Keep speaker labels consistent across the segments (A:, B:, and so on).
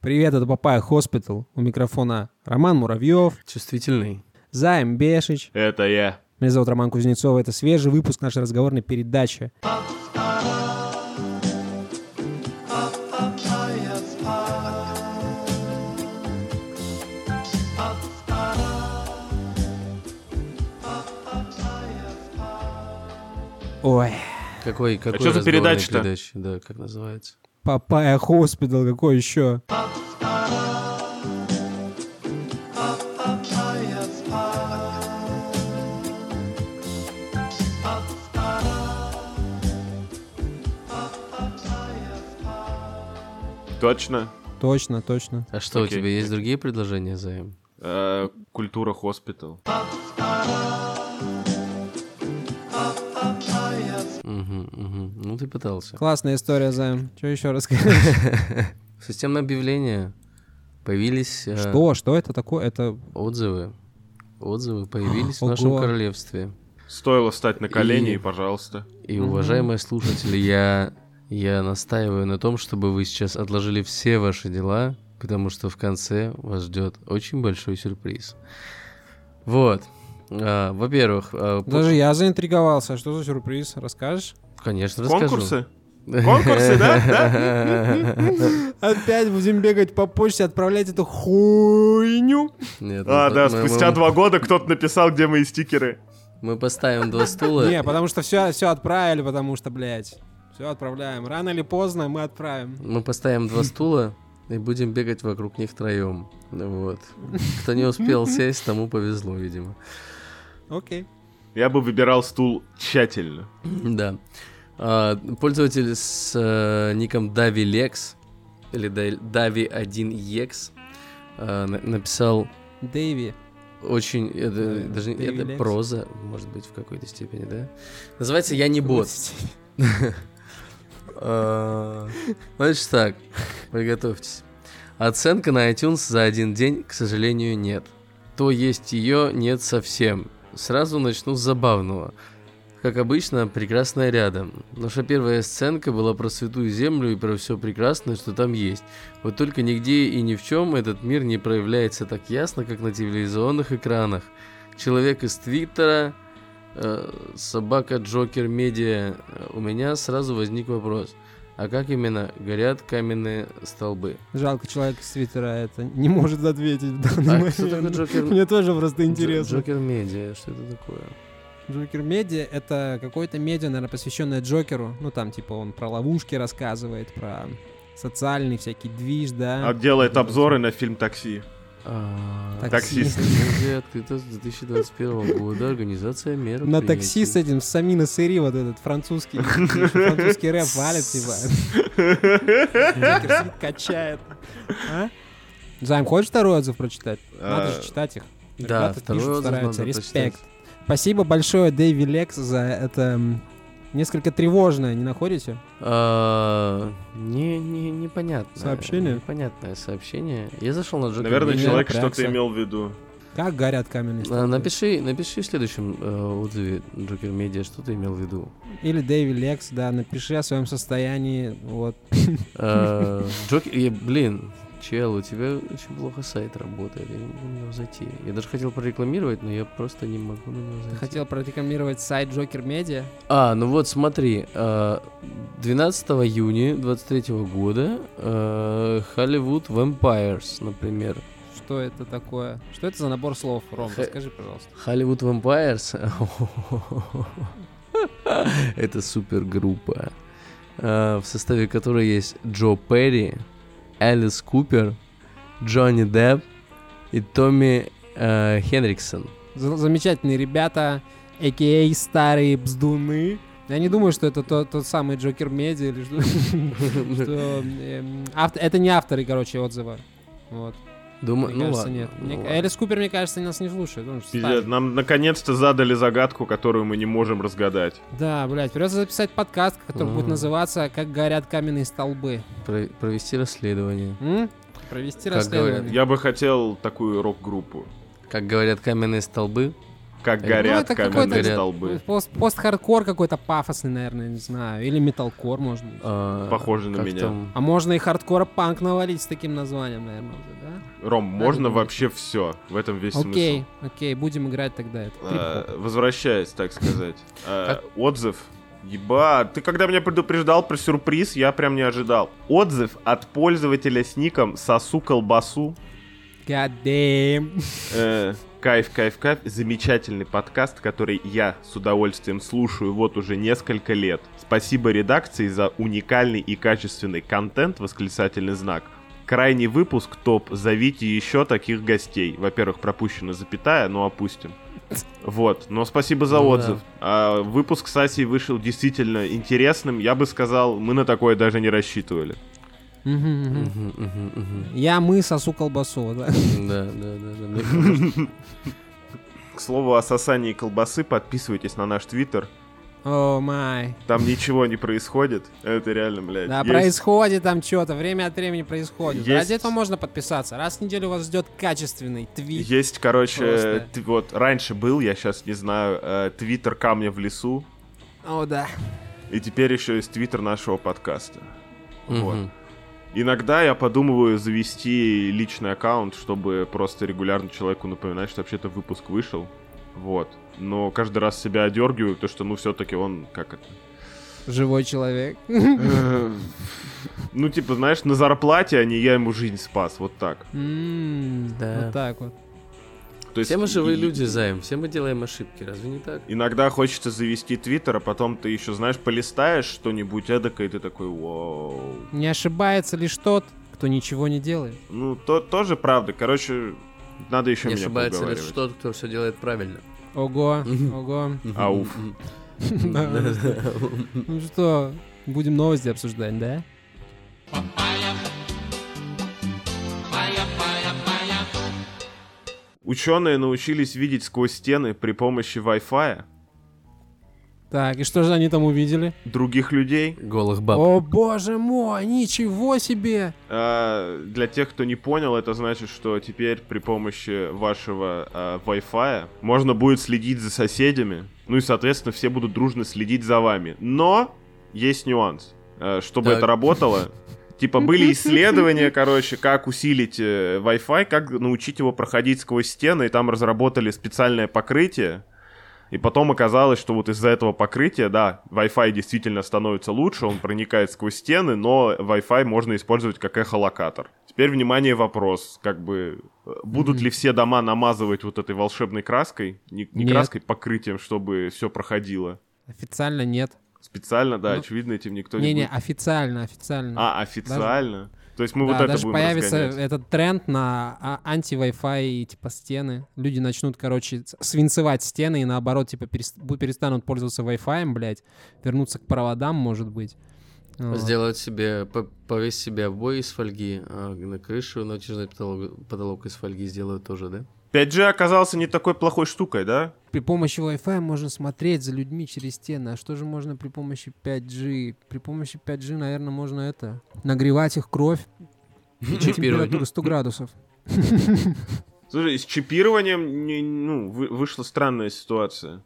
A: Привет, это Папая Хоспитал. У микрофона Роман Муравьев,
B: Чувствительный.
A: Займ Бешич.
C: Это я.
A: Меня зовут Роман Кузнецов. Это свежий выпуск нашей разговорной передачи. Ой,
B: Какой, какой
C: что за
B: разговорной
C: передача-то?
B: передачи? Да, как называется?
A: Папая Хоспитал, какой еще?
C: Точно.
A: Точно, точно.
B: А что,
C: Окей.
B: у тебя есть другие предложения, Займ?
C: Э, Культура хоспитал.
B: Угу, угу. Ну, ты пытался.
A: Классная история, Займ. Что еще рассказать?
B: Системное объявление. Появились э,
A: Что? Что это такое? Это
B: отзывы. Отзывы появились в нашем
A: Ого.
B: королевстве.
C: Стоило встать на колени,
B: И-
C: и, пожалуйста.
B: И, уважаемые слушатели, я, я настаиваю на том, чтобы вы сейчас отложили все ваши дела, потому что в конце вас ждет очень большой сюрприз. Вот. А, во-первых, а, по-
A: Даже я заинтриговался. Что за сюрприз? Расскажешь?
B: конечно, расскажу.
C: Конкурсы? Конкурсы, да? Да?
A: Опять будем бегать по почте, отправлять эту хуйню.
B: Нет, мы
C: А,
B: по-
C: да,
B: мы-
C: спустя
B: мы-
C: два года кто-то написал, где мои стикеры.
B: Мы поставим два стула.
A: Не, потому что все, все отправили, потому что, блядь. Все отправляем. Рано или поздно мы отправим.
B: Мы поставим два стула и будем бегать вокруг них троем. Вот. Кто не успел сесть, тому повезло, видимо.
A: Окей.
C: Я бы выбирал стул тщательно.
B: Да. А, Пользователь с э, ником DaviLex или Davi1Ex э, на- написал
A: Дэви.
B: очень... Это,
A: Да,
B: даже не- это
A: DaviLex.
B: проза, может быть, в какой-то степени, да? Называется «Я не бот». Э, Значит так, приготовьтесь. Оценка на iTunes за один день, к сожалению, нет. То есть ее нет совсем. Сразу начну с забавного. Как обычно, прекрасное рядом. Наша первая сценка была про святую землю и про все прекрасное, что там есть. Вот только нигде и ни в чем этот мир не проявляется так ясно, как на телевизионных экранах. Человек из Твиттера, э, собака Джокер Медиа, э, у меня сразу возник вопрос. А как именно горят каменные столбы?
A: Жалко, человек из Твиттера это не может ответить в данный
B: А
A: момент.
B: кто такой Джокер?
A: Ну, Мне тоже просто интересно.
B: Джокер Медиа, что это такое?
A: Джокер Медиа — это какое-то медиа, наверное, посвященное Джокеру. Ну, там, типа, он про ловушки рассказывает, про социальный всякий движ, да.
C: А делает обзоры на фильм «Такси».
B: А,
C: Таксист.
B: Медиа открыта с 2021 года, организация мер.
A: На такси с этим, с Самина Сыри, вот этот французский, французский рэп валит, типа. Джокер сидит, качает. А? Займ, хочешь второй отзыв прочитать?
C: А,
A: Надо же читать их.
B: А, Да,
A: Ребята
B: второй
A: пишут,
B: отзыв
A: стараются.
B: надо прочитать.
A: Респект. Спасибо большое, Дэви Лекс, за это м, несколько тревожное, не находите?
B: А, Не, не, непонятно.
A: Сообщение?
B: Непонятное сообщение. Я зашел на Джокер
C: Наверное,
B: Медиа.
C: человек
A: напрягся.
C: что-то имел в виду.
A: Как горят каменные
B: На-
A: столбы?
B: Напиши, напиши в следующем э, отзыве Джокер Медиа, что ты имел в виду.
A: Или Дэви Лекс, да, напиши о своем состоянии, вот.
B: Э, Джокер, э, блин, чел, у тебя очень плохо сайт работает, я не могу на него зайти. Я даже хотел прорекламировать, но я просто не могу на него
A: Ты
B: зайти.
A: хотел прорекламировать сайт Джокер Медиа?
B: А, ну вот смотри, э, 12 июня 23 года э, Hollywood Vampires, например.
A: Что это такое? Что это за набор слов, Ром?
B: Хэ-
A: Расскажи, пожалуйста.
B: Hollywood Vampires. Это супергруппа, э, в составе которой есть Джо Перри, Элис Купер, Джонни Депп и Томми э, Хенриксон.
A: За- Замечательные ребята, а.к.а. старые бздуны. Я не думаю, что это тот, тот самый Джокер Медиа или что. что, эм, авт- Это не авторы, короче, отзыва. Вот.
B: Думаю,
A: Мне
B: ну
A: кажется,
B: ладно,
A: нет.
B: ну
A: Мне-
B: ладно.
A: Элис Купер, мне кажется, нас не слушает. он же
C: Пиздец,
A: старый.
C: Нам наконец-то задали загадку, которую мы не можем разгадать.
A: Да, блядь, придется записать подкаст, который будет
B: М.
A: называться «Как горят каменные столбы».
B: Про- провести расследование.
A: М? Провести
B: Как
A: расследование.
B: говорят,
C: Я бы хотел такую рок-группу.
B: Как говорят каменные столбы,
C: Как
B: Ну,
C: горят
A: это
C: каменные
B: какой-то-
A: Ну,
C: столбы.
A: пост- Пост-хардкор какой-то пафосный, наверное, не знаю. Или металкор, может быть.
B: А,
C: Похоже на
B: как
C: меня.
B: там?
A: А можно и хардкора панк навалить с таким названием, наверное, уже, Ну, да?
C: Ром, можно
A: думаю.
C: вообще все. В этом весь
A: окей,
C: смысл.
A: окей, будем играть тогда это.
B: А.
C: Э, Возвращаясь, так сказать. э, Отзыв. Еба, ты когда меня предупреждал про сюрприз, я прям не ожидал. Отзыв от пользователя с ником Сосу Колбасу.
A: God damn.
C: Э, Кайф, кайф, кайф. Замечательный подкаст, который я с удовольствием слушаю вот уже несколько лет. Спасибо редакции за уникальный и качественный контент, восклицательный знак. Крайний выпуск топ. Зовите еще таких гостей. Во-первых, пропущена запятая, но опустим. Вот, но спасибо за
B: Ну да.
C: отзыв. А, выпуск с Асей вышел действительно интересным. Я бы сказал, мы на такое даже не рассчитывали.
A: Мгм, мгм.
B: Мгм, мгм, мгм.
A: Я мы сосу колбасу, да?
B: Да, да, да, да. мне кажется.
C: К слову о сосании колбасы, подписывайтесь на наш твиттер.
A: О май.
C: Там ничего не происходит. Это реально, блядь.
A: Да,
C: есть.
A: происходит там что-то, время от времени происходит.
C: Есть.
A: Ради этого можно подписаться. Раз в неделю вас ждет качественный твит.
C: Есть, короче,
A: Просто.
C: т- вот раньше был, я сейчас не знаю, э, твиттер камня в лесу,
A: О, да.
C: и теперь еще есть твиттер нашего подкаста. Вот.
B: Мгм.
C: Иногда я подумываю завести личный аккаунт, чтобы просто регулярно человеку напоминать, что вообще-то выпуск вышел. Вот. Но каждый раз себя одергиваю, потому что, ну, все-таки он, как это,
A: Живой человек.
C: э, ну, типа, знаешь, на зарплате, а не я ему жизнь спас, вот так.
A: М,
B: Да.
A: Вот так вот.
C: То есть
B: Все мы живые
C: и-
B: люди, Займ, все мы делаем ошибки, разве не так?
C: Иногда хочется завести твиттер, а потом ты еще, знаешь, полистаешь что-нибудь эдакое, и ты такой, вау.
A: Не ошибается лишь тот, кто ничего не делает.
C: Ну, то, тоже правда. Короче, надо еще
B: Не
C: меня
B: ошибается лишь
C: поуговаривать.
B: тот, кто все делает правильно.
A: Ого,
B: Мгм.
A: ого.
C: Ауф.
B: Мгм.
A: Да. Ну что, будем новости обсуждать, да?
C: Ученые научились видеть сквозь стены при помощи Wi-Fi
A: Так, и что же они там увидели?
C: других людей.
B: Голых баб.
A: О боже мой, ничего себе!
C: А, для тех, кто не понял, это значит, что теперь при помощи вашего а, Wi-Fi можно будет следить за соседями. Ну и, соответственно, все будут дружно следить за вами. Но есть нюанс. Э, чтобы
B: Так.
C: это работало, типа были исследования, короче, как усилить э, Wi-Fi, как научить его проходить сквозь стены, и там разработали специальное покрытие. И потом оказалось, что вот из-за этого покрытия, да, Wi-Fi действительно становится лучше, он проникает сквозь стены, но Wi-Fi можно использовать как эхолокатор. Теперь, внимание, вопрос, как бы, э, будут ли все дома намазывать вот этой волшебной краской, не, не
A: Нет.
C: краской, покрытием, чтобы все проходило?
A: Официально нет.
C: Специально, да,
A: Ну,
C: очевидно, этим никто не
A: Не-не,
C: будет.
A: официально, официально.
C: А, официально? То есть мы вот
A: Да,
C: это
A: даже
C: будем
A: появится э,
C: разгонять.
A: этот тренд на а, анти-Wi-Fi и типа стены. Люди начнут, короче, с- свинцевать стены и наоборот, типа, перес- бу- перестанут пользоваться Wi-Fi, блядь, вернуться к проводам, может быть. А, Вот.
B: Сделать себе, по- повесь себе обои из фольги а, на крышу, натяжной потолок, потолок из фольги сделают тоже, да?
C: 5G оказался не такой плохой штукой, да?
A: При помощи Wi-Fi можно смотреть за людьми через стены. А что же можно при помощи 5G? При помощи 5G, наверное, можно это... Нагревать их кровь. И
B: Чипировать.
A: температуру 100 градусов.
C: Слушай, с чипированием не- ну, вы- вышла странная ситуация.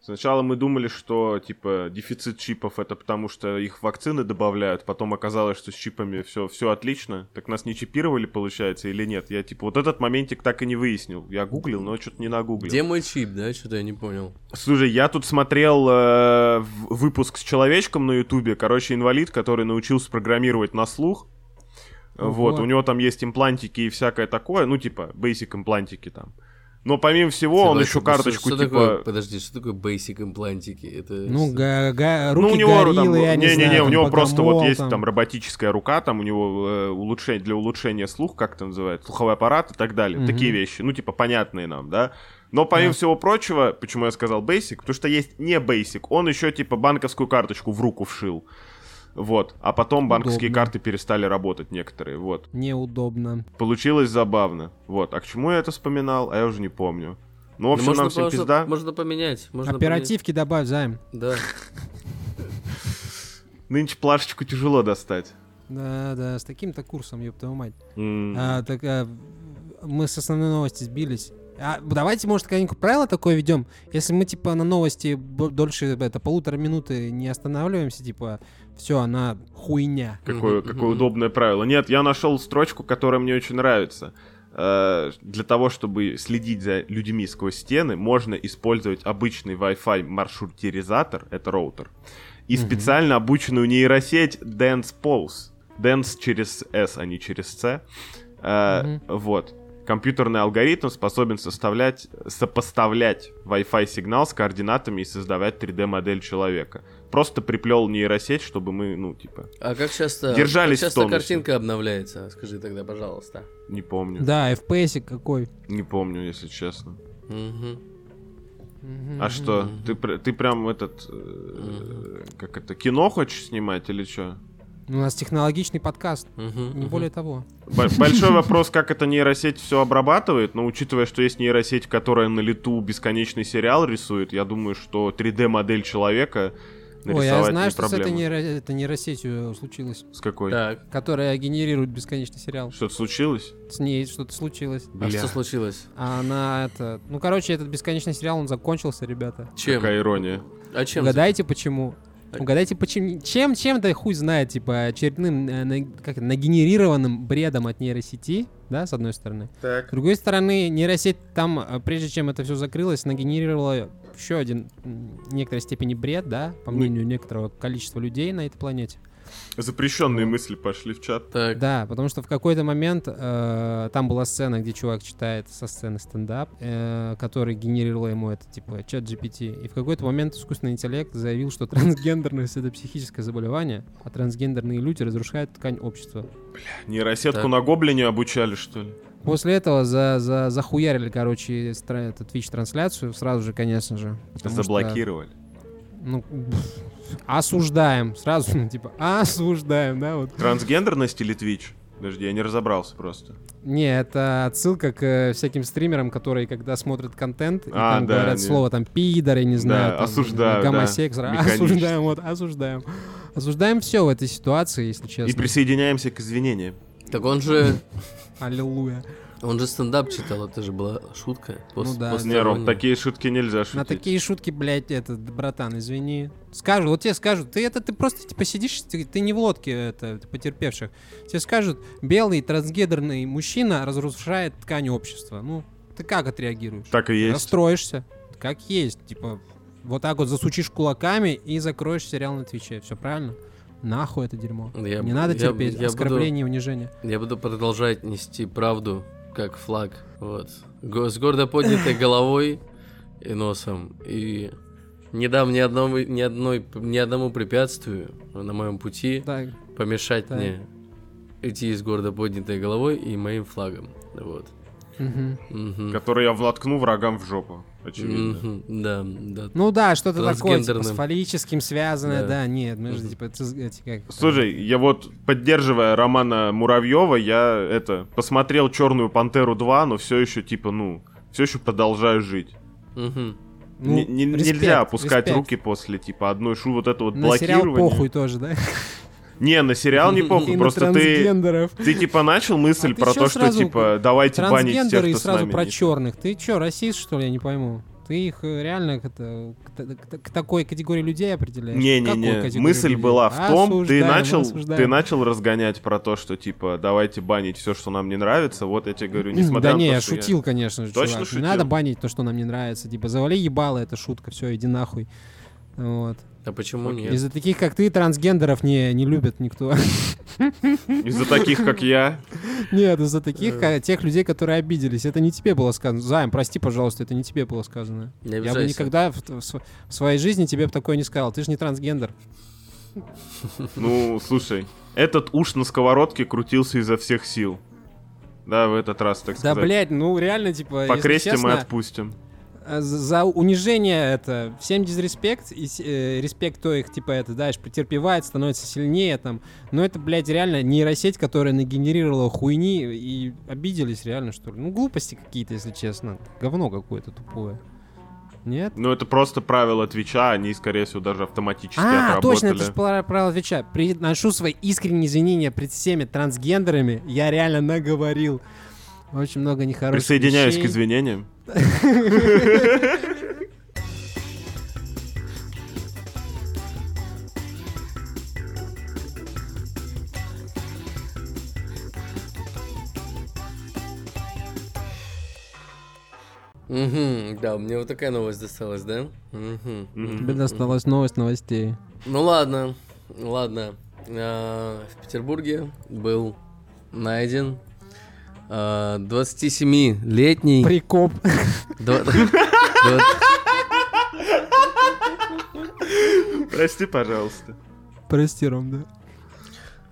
C: Сначала мы думали, что типа дефицит чипов это потому, что их вакцины добавляют, потом оказалось, что с чипами все, все отлично. Так нас не чипировали, получается, или нет? Я типа вот этот моментик так и не выяснил. Я гуглил, но что-то не нагуглил.
B: Где мой чип, да? Что-то я не понял.
C: Слушай, я тут смотрел э, в- выпуск с человечком на Ютубе. Короче, инвалид, который научился программировать на слух.
A: Ого.
C: Вот, у него там есть имплантики и всякое такое, ну, типа, basic имплантики там. Но помимо всего, он
B: Согласен.
C: еще
B: Ну, что-
C: карточку,
B: что такое-
C: типа...
B: Подожди, что такое basic имплантики? Это
A: Ну,
B: что?
A: га- га- руки
C: ну, у него
A: гориллы,
C: там,
A: я не,
C: не, не,
A: знаю,
C: не, у
A: там
C: него просто вот
A: богомол
C: есть там. роботическая рука, там у него э, улучшение для улучшения слух, как это называется, слуховой аппарат и так далее,
A: Мгм.
C: такие вещи, ну типа понятные нам, да. Но помимо
A: Да.
C: всего прочего, почему я сказал basic, потому что есть не basic, он еще типа банковскую карточку в руку вшил, вот. А потом банковские
A: Удобно.
C: карты перестали работать некоторые, вот.
A: Неудобно.
C: Получилось забавно, вот. А к чему я это вспоминал? А я уже не помню. Ну, в
B: Ну,
C: общем,
B: можно,
C: нам всем
B: можно-
C: пизда.
B: Можно поменять. Можно
A: Оперативки добавь, займ.
B: поменять. Да.
C: Нынче плашечку тяжело достать.
A: Да, да, с таким-то курсом, ёб твою мать.
C: М.
A: А, так, а, мы с основной новости сбились. А давайте, может, какое-нибудь правило такое ведем. Если мы, типа, на новости бо- дольше это, полутора минуты не останавливаемся, типа, все, она хуйня.
C: Какое,
B: Мгм,
C: какое
B: мгм.
C: удобное правило. Нет, я нашел строчку, которая мне очень нравится. Э, Для того, чтобы следить за людьми сквозь стены, можно использовать обычный Wi-Fi маршрутизатор, это роутер, и
A: Мгм.
C: специально обученную нейросеть Dance Pulse. Dance через S, а не через C. Э,
A: Мгм.
C: Вот. Компьютерный алгоритм способен составлять, сопоставлять Wi-Fi сигнал с координатами и создавать 3D-модель человека. Просто приплел нейросеть, чтобы мы, ну, типа,
B: А как часто,
C: Держались
B: как
C: в
B: часто
C: тонусе.
B: картинка обновляется? Скажи тогда, пожалуйста.
C: не помню.
A: Да, FPS какой.
C: Не помню, если честно.
B: Мгм.
C: А что?
B: Мгм.
C: Ты, пр- ты прям этот... э, Как это? Кино хочешь снимать или что?
A: Ну, У нас технологичный подкаст,
B: Мгм,
A: не
B: мгм.
A: более того.
C: Большой вопрос, как эта нейросеть все обрабатывает, но учитывая, что есть нейросеть, которая на лету бесконечный сериал рисует, я думаю, что 3D-модель человека нарисовать
A: Ой, а я знаю,
C: не
A: что с этой
C: проблема.
A: нейро- это нейросетью э, случилось,
C: С какой?
B: Так,
A: которая генерирует бесконечный сериал.
C: Что-то случилось?
A: С ней что-то случилось.
B: а
C: Бля,
B: что случилось?
A: А она это... Ну, короче, этот бесконечный сериал, он закончился, ребята.
B: Чем?
C: какая ирония.
B: А чем?
A: Угадайте, почему.
B: Так.
A: Угадайте, почему. Чем, чем да хуй знает, типа, очередным, э, на- как это, нагенерированным бредом от нейросети, да, с одной стороны. С
C: Так.
A: другой стороны, нейросеть там, э, прежде чем это все закрылось, нагенерировала еще один, м, в некоторой степени, бред, да, по
C: Ну-
A: мнению некоторого количества людей на этой планете. Ну.
C: Запрещенные мысли пошли в чат.
B: Так,
A: Да, потому что в какой-то момент э, там была сцена, где чувак читает со сцены стендап, э, который генерировал ему это, типа, чат GPT. И в какой-то момент искусственный интеллект заявил, что трансгендерность — это психическое заболевание, а трансгендерные люди разрушают ткань общества.
C: Нейросетку
B: Так.
C: на гоблине обучали, что ли?
A: После этого за, за, захуярили, короче, стра- эту Twitch-трансляцию сразу же, конечно же. потому что,
C: Заблокировали.
A: ну, пф, осуждаем. Сразу, ну, типа, осуждаем, да, вот.
C: Трансгендерность или Twitch? Подожди, я не разобрался просто.
A: Не, это отсылка к э, всяким стримерам, которые, когда смотрят контент, и
C: А,
A: там
C: да,
A: говорят
C: не-
A: слово там пидоры, не знаю, там,
C: осуждаю, да,
A: гомосекс, а,
C: механически.
A: осуждаем, вот, осуждаем. Осуждаем все в этой ситуации, если честно.
C: И присоединяемся к извинениям.
B: так он же,
A: Аллилуйя.
B: он же стендап читал, это же была шутка.
A: Ну да.
C: Не, Ром,
B: посторонняя.
C: такие шутки нельзя шутить.
A: На такие шутки, блядь, этот, братан, извини. Скажут, вот тебе скажут, ты это, ты просто, типа, сидишь, ты, ты не в лодке, это, потерпевших. Тебе скажут, белый трансгендерный мужчина разрушает ткань общества. Ну, ты как отреагируешь?
C: Так и есть.
A: Расстроишься. Как есть. Типа, вот так вот засучишь кулаками и закроешь сериал на Твиче. Все правильно? Нахуй это дерьмо.
B: Ну, Я
A: не
B: б-
A: надо
B: я-
A: терпеть
B: я буду-
A: оскорбление и унижение.
B: Я буду продолжать нести правду как флаг. Вот. Го- С гордо поднятой головой и носом. И не дам ни одному, ни одной, ни одному препятствию на моем пути
A: Так,
B: помешать
A: Да.
B: мне идти с гордо поднятой головой и моим флагом. Вот.
A: мгм.
B: Мгм.
C: Которые я внаткну врагам в жопу, очевидно.
B: Мгм. Да, да.
A: Ну да, что-то такое, типа, с
B: Трансгендерным.
A: фаллическим связанное,
B: Да.
A: да, нет, мы же, типа, циз- эти как...
C: Слушай, я вот, поддерживая Романа Муравьева, я это посмотрел Черную Пантеру 2, но все еще типа, ну, все еще продолжаю жить.
B: Мгм.
A: ну,
C: Не- не-
A: респект,
C: нельзя опускать
A: респект.
C: руки после типа одной шу вот это вот
A: На сериал
C: блокирование.
A: похуй тоже, да?
C: Не, на сериал не
A: И
C: похуй,
A: на
C: просто ты
A: трансгендеров.
C: ты типа начал мысль
A: А ты
C: про
A: чё
C: то, что
A: сразу
C: типа давайте банить тех,
A: Трансгендеры и
C: кто с
A: сразу
C: нами.
A: про
C: не-
A: черных. Ты чё, расист, что ли, я не пойму? Ты их э, реально к, это- к та- к та- к такой категории людей определяешь? К какой
C: Не-не-не,
A: категории
C: мысль
A: людей?
C: была в том, ты
A: Осуждаем,
C: начал,
A: осуждаем.
C: ты начал разгонять про то, что типа давайте банить все, что нам не нравится. Вот я тебе говорю, несмотря
A: Да
C: на
A: не,
C: то,
A: я
C: что я-
A: шутил, конечно же,
C: Точно
A: чувак.
C: шутил?
A: Не надо банить то, что нам не нравится. Типа, завали ебало, это шутка, все, иди нахуй. Вот.
B: А почему нет?
A: Из-за таких, как ты, трансгендеров не, не любят никто.
C: Из-за таких, как я.
A: Нет, из-за таких, э, тех людей, которые обиделись. Это не тебе было сказано. Займ, прости, пожалуйста, это не тебе было сказано.
B: Не
A: Я бы
B: обижайся.
A: никогда в, в св- в своей жизни тебе бы такое не сказал. Ты же не трансгендер.
C: Ну, слушай, этот уж на сковородке крутился изо всех сил. Да, в этот раз, так
A: Да,
C: сказать.
A: блядь, ну реально, типа, если
C: Покрестим и
A: честно,
C: отпустим.
A: э, за- за унижение это всем дизреспект, и с- э, респект, кто их, типа, это, дальше претерпевает, становится сильнее там. Но это, блядь, реально нейросеть, которая нагенерировала хуйни и обиделись реально, что ли. Ну, глупости какие-то, если честно. Говно какое-то тупое. Нет?
C: Ну, это просто правила Твича, они, скорее всего, даже автоматически
A: А, точно,
C: отработали.
A: это же пла- правило Твича. Приношу свои искренние извинения пред всеми трансгендерами. Я реально наговорил. Очень много нехороших
C: Присоединяюсь к
A: вещей.
C: извинениям.
B: Угу, да, мне вот такая новость досталась, да? Мгм.
C: Мгм.
A: Тебе досталась новость новостей.
B: Ну ладно, ладно. А, В Петербурге был найден а, 27-летний...
A: Прикоп.
B: дво- дво-
C: Прости, пожалуйста.
A: Прости, Ром,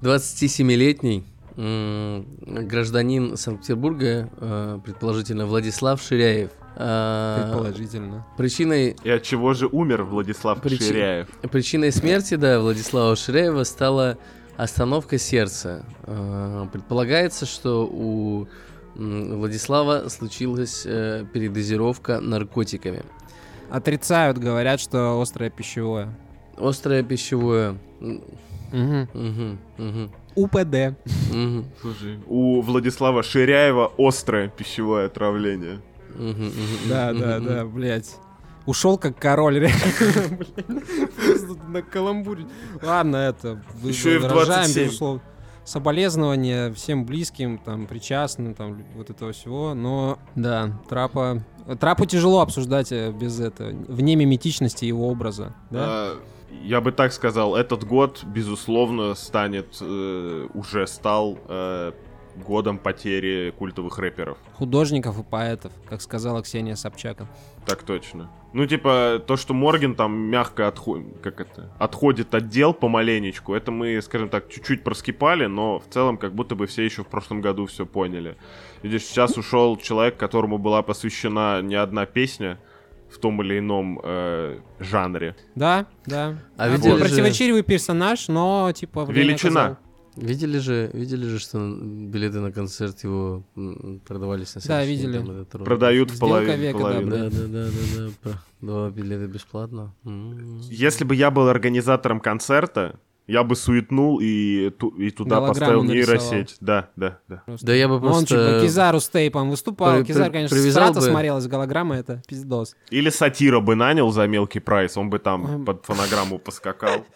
A: да.
B: 27-летний м, гражданин Санкт-Петербурга, э, предположительно Владислав Ширяев. А,
A: Предположительно.
B: Причиной,
C: И от чего же умер Владислав
B: Причи-
C: Ширяев?
B: причиной смерти да, Владислава Ширяева стала остановка сердца. Э, Предполагается, что у м, Владислава случилась э, передозировка наркотиками.
A: А. Отрицают, говорят, что острое пищевое.
B: Острое пищевое. М, мгм, мгм,
A: УПД.
B: мгм,
C: Слушай, у Владислава Ширяева острое пищевое отравление.
B: мгм, мгм,
A: Да,
B: мгм,
A: да,
B: мгм.
A: да, блядь. Ушел как король, реально, блин. Просто на каламбуре. Ладно, это, вы-
C: Ещё и в
A: выражаем,
C: 27.
A: безусловно, соболезнования всем близким, там, причастным, там, лю- вот этого всего, но, да, Трапа... Трапу тяжело обсуждать э, без этого, вне миметичности его образа, да?
C: А, Я бы так сказал, этот год, безусловно, станет, э, уже стал э, годом потери культовых рэперов.
A: Художников и поэтов, как сказала Ксения Собчак.
C: Так точно. Ну, типа, то, что Морген там мягко отхо- как это? отходит от дел помаленечку, это мы, скажем так, чуть-чуть проскипали, но в целом как будто бы все еще в прошлом году все поняли. Видишь, сейчас ушел человек, которому была посвящена не одна песня в том или ином э, жанре.
A: Да, да.
B: А
A: Это
B: видели же-
A: Противоречивый персонаж, но, типа, время оказало-
C: Величина.
B: Видели же, видели же, что билеты на концерт его м, продавались на
A: Да,
B: следующий
A: видели.
B: день, там, этот ролик.
C: Продают в
A: Ну, Сделка
C: половину.
A: века, да,
C: половину.
B: Да, да, да, да, да. про- Два билета бесплатно. М.
C: Если бы я был организатором концерта, я бы суетнул и, ту- и туда
A: Голограмму
C: поставил
A: нарисовал.
C: нейросеть. Да, да, да.
B: Да я бы
A: Ну, Он типа
B: просто...
A: Кизару с тейпом выступал.
B: при-
A: Кизар,
B: при-
A: конечно,
B: привязал
A: страта
B: бы.
A: смотрелась, голограмма это пиздос.
C: Или сатира бы нанял за мелкий прайс, он бы
A: Ам.
C: там под фонограмму поскакал.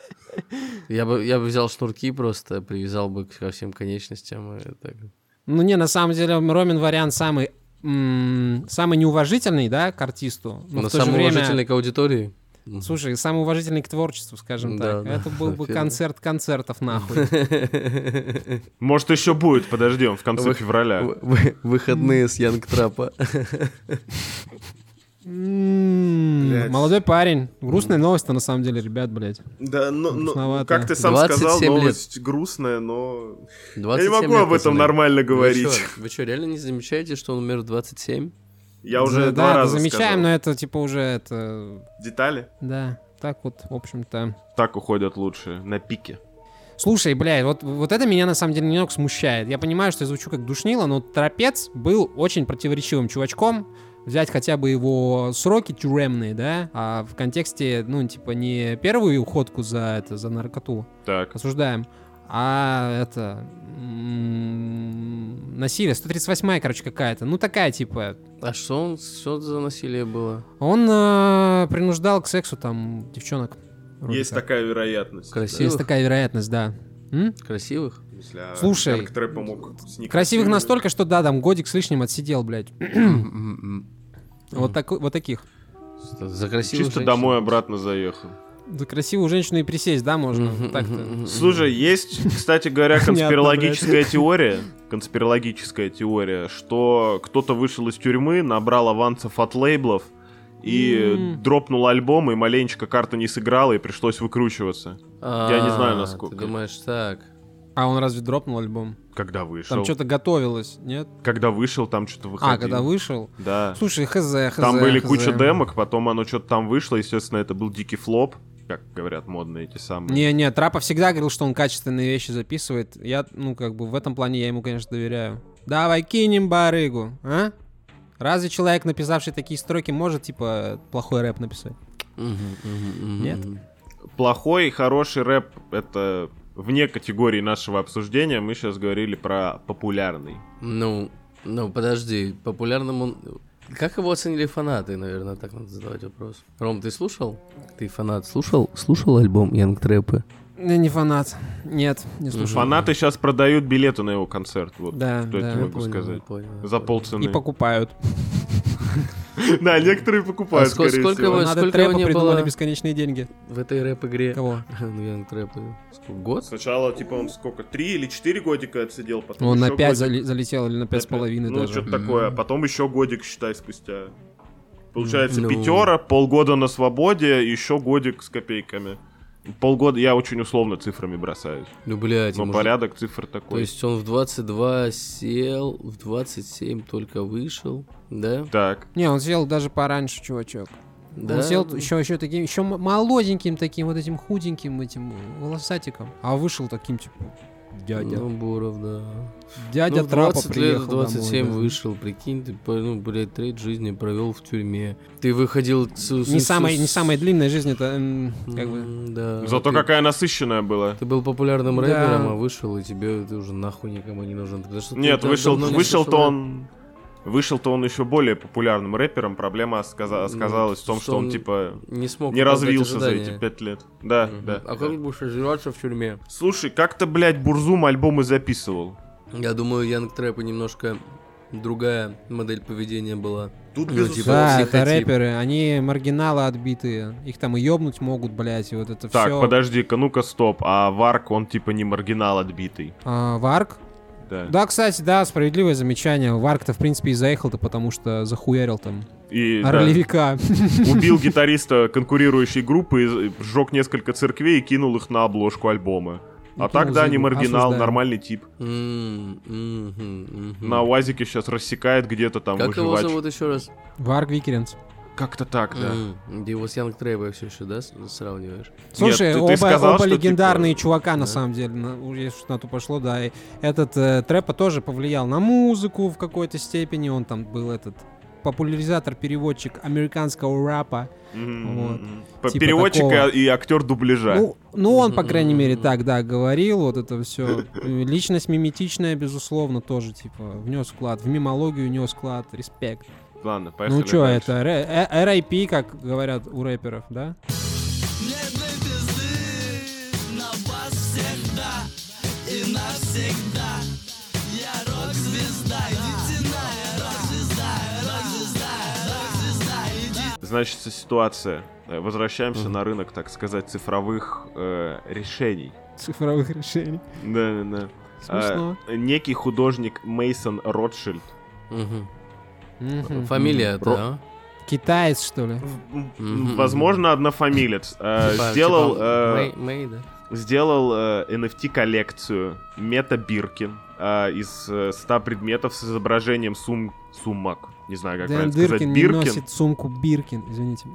B: Я бы, я бы взял шнурки просто, привязал бы ко всем конечностям. и так.
A: Ну не, на самом деле Ромин вариант самый м, самый неуважительный, да, к артисту. Но,
B: Но
A: в то же
B: самый
A: время-
B: уважительный к аудитории.
A: Слушай, самый уважительный к творчеству, скажем
B: Да,
A: так.
B: да.
A: Это был бы
B: Верно.
A: концерт концертов, нахуй.
C: Может, еще будет, подождем, в конце
B: Вы-
C: февраля.
B: В- в- Выходные с Янг Трапа.
A: М,
C: Блядь.
A: Молодой парень. Грустная новость-то на самом деле, ребят, блядь.
C: Да,
A: Грустновато.
C: как ты сам
B: 27
C: сказал,
B: лет.
C: новость грустная, но...
B: 27
C: Я не могу
B: лет,
C: об этом
B: пацаны.
C: нормально
B: Вы
C: говорить.
B: чё, Вы что, реально не замечаете, что он умер в 27?
C: Я уже
A: Да,
C: два
A: да,
C: раза
A: замечаем, но
C: сказал.
A: это типа уже это...
C: Детали
A: Да, так вот, в общем-то...
C: так уходят лучше, на пике.
A: Слушай, блядь, вот, вот это меня на самом деле немного смущает. Я понимаю, что я звучу как душнило, но Трапец был очень противоречивым чувачком. Взять хотя бы его сроки тюремные, да, а в контексте, ну, типа, не первую уходку за это, за наркоту,
C: Так.
A: осуждаем, а это... м, Насилие, 138-я, короче, какая-то. Ну, такая, типа...
B: А что он, что за насилие было?
A: Он э, принуждал к сексу, там, девчонок. вроде
C: Есть
A: как.
C: такая вероятность.
B: Красиво.
A: Есть такая вероятность, да. М?
B: Красивых?
C: Если, а,
A: Слушай,
C: Янг Трэп помог с некрасивыми.
A: Красивых настолько, что да, там годик с лишним отсидел, блядь. Вот, так, вот таких.
B: Что, За красивых
C: Чисто
B: женщин?
C: домой обратно заехал.
A: За красивую женщину и присесть, да, можно?
B: Мгм,
A: Так-то.
B: мгм, мгм.
C: Слушай, есть, кстати говоря,
A: Понятно,
C: конспирологическая теория, конспирологическая теория, что кто-то вышел из тюрьмы, набрал авансов от лейблов и
A: М.
C: дропнул альбом, и маленечко карту не сыграла, и пришлось выкручиваться. Я не знаю,
B: А,
C: насколько.
B: Ты думаешь так?
A: А он разве дропнул альбом?
C: Когда вышел?
A: Там что-то готовилось, нет?
C: Когда вышел, там что-то выходило.
A: А, когда вышел?
C: Да.
A: Слушай, хз, хз,
C: там были
A: хз.
C: куча демок, потом оно что-то там вышло, естественно, это был дикий флоп, как говорят модные эти самые.
A: Не-не, Трапа всегда говорил, что он качественные вещи записывает. Я, ну, как бы в этом плане я ему, конечно, доверяю. Давай кинем барыгу, а? Разве человек, написавший такие строки, может, типа, плохой рэп написать? Нет?
B: Нет?
C: Плохой и хороший рэп — это вне категории нашего обсуждения. Мы сейчас говорили про популярный.
B: Ну, Ну, подожди, популярным он... Как его оценили фанаты, наверное, так надо задавать вопрос. Ром, ты слушал? Ты фанат слушал? Слушал альбом Янг Трэпы?
A: Я не фанат. Нет, не
B: Мгм.
A: слушаю.
C: Ну, Фанаты сейчас продают билеты на его концерт. Вот
A: Да,
C: что я
A: да.
C: тебе
A: Я
C: могу сказать.
B: понял.
C: За полцены.
A: И покупают.
C: Да, некоторые
B: А
C: покупают,
B: ско-
C: скорее
B: сколько
C: всего.
B: вы-
A: Надо
B: сколько
A: трэпа
B: его не
A: придумали
B: было?
A: бесконечные деньги.
B: В этой рэп-игре.
A: Кого?
B: Ну, Янг Трэпы. Сколько? Год?
C: Сначала, типа, он сколько, три или четыре годика отсидел, потом
A: Он на
C: ещё
A: 5
C: годик.
A: залетел или на пять с половиной
C: Ну,
A: даже.
C: что-то такое. Потом еще годик, считай, спустя. Получается,
B: Ну.
C: пятера, полгода на свободе, еще годик с копейками. Полгода, я очень условно цифрами бросаюсь.
B: Ну, блядь,
C: Но
B: ему же-
C: порядок цифр
B: То
C: такой.
B: есть он в 22 сел, в 27 только вышел, да?
C: Так.
A: Не, он сел даже пораньше, чувачок.
B: да?
A: Он сел еще, еще таким, еще м- молоденьким таким, вот этим худеньким этим э, волосатиком. А вышел таким, типа, дядя.
B: Ну, Буров, да.
A: дядя
B: ну, в
A: Трапа
B: 20 лет,
A: А приехал
B: в 27
A: домой, да.
B: вышел, прикинь, ты, по- ну, блядь, треть жизни провел в тюрьме. Ты выходил... с- с-
A: Не
B: с-
A: самая, не
B: с-
A: самая длинная жизнь, это м, как
C: Ну, типа,
A: бы...
B: М, Да.
C: Зато
B: А, ты,
C: какая насыщенная была.
B: Ты был популярным
A: Да.
B: рэпером, а вышел, и тебе ты уже нахуй никому не нужен. Потому что ты
C: Нет,
B: так
C: вышел,
B: давно не
C: вышел-то
B: слышал рэп.
C: он... Вышел-то он еще более популярным рэпером. Проблема сказа-
B: Ну,
C: сказалась в том, что он, типа,
B: не смог
C: не
B: оправдать
C: развился за
B: ожидания.
C: эти пять лет. Да,
B: Мгм.
C: да.
B: А
C: да.
B: как ты будешь развиваться в тюрьме?
C: Слушай, как-то, блядь, Бурзум альбомы записывал.
B: Я думаю, Янг Трэпа немножко другая модель поведения была.
C: Тут,
B: Ну,
C: безусловно,
B: типа,
A: Да,
B: психотип.
A: это рэперы, они маргиналы отбитые. Их там и ёбнуть могут, блядь, и вот это
C: Так,
A: все.
C: подожди-ка, ну-ка, стоп. А Варк, он типа не маргинал отбитый.
A: А, Варк?
C: Да.
A: Да, кстати, да, справедливое замечание. Варк-то, в принципе, и заехал-то, потому что захуярил там
C: И
B: а
C: да,
A: орлевика.
C: убил гитариста конкурирующей группы, и сжег несколько церквей и кинул их на обложку альбома.
A: Ну,
C: А так, да, не
A: кинул,
C: маргинал,
A: осуждаем.
C: нормальный тип.
B: М, мгм, мгм.
C: На УАЗике сейчас рассекает где-то там
B: Как его
C: выживач.
B: зовут еще раз?
A: Варк Викеренс.
C: Как-то так, да.
B: М, ты его с Янг Трэпа все еще, да, с- сравниваешь?
A: Слушай,
C: ты- ты
A: оба,
C: сказал,
A: оба
C: что,
A: легендарные
C: типа,
A: чувака, на
B: да.
A: самом деле, на, у- если уж на то пошло, да. И этот э, Трэпа тоже повлиял на музыку в какой-то степени. Он там был этот популяризатор-переводчик американского рэпа.
C: М,
A: Вот.
C: м. П-
A: Типа
C: Переводчик
A: такого.
C: и актер дубляжа.
A: Ну, ну, он, по крайней
B: Мгм.
A: мере, так, да, говорил, вот это все. Личность миметичная, безусловно, тоже, типа, внес вклад. В мимологию внес вклад, респект.
C: Ладно, поехали.
A: Ну, чё
C: дальше.
A: это, рэ- э, R.I.P., как говорят у рэперов, да?
C: Значит, ситуация. Э, Возвращаемся на рынок, так сказать, цифровых э, решений.
A: Цифровых решений.
C: Да, да, да.
A: Смешно.
C: А, некий художник Мейсон Ротшильд.
B: Мгм. Хм.
A: Мгм.
B: Фамилия,
C: Ро-
B: да?
A: Китаец, что ли?
B: Мгм.
C: Возможно, однофамилец. а,
B: Типа-
C: Сделал,
B: типа
C: э,
B: Мэй- Мэй, да?
C: сделал э, NFT-коллекцию Мета Биркин а, из э, 100 предметов с изображением сум... сумок. Не знаю, как
A: Дэн
C: правильно сказать.
A: Дыркин не
C: Биркин.
A: носит сумку Биркин, извините.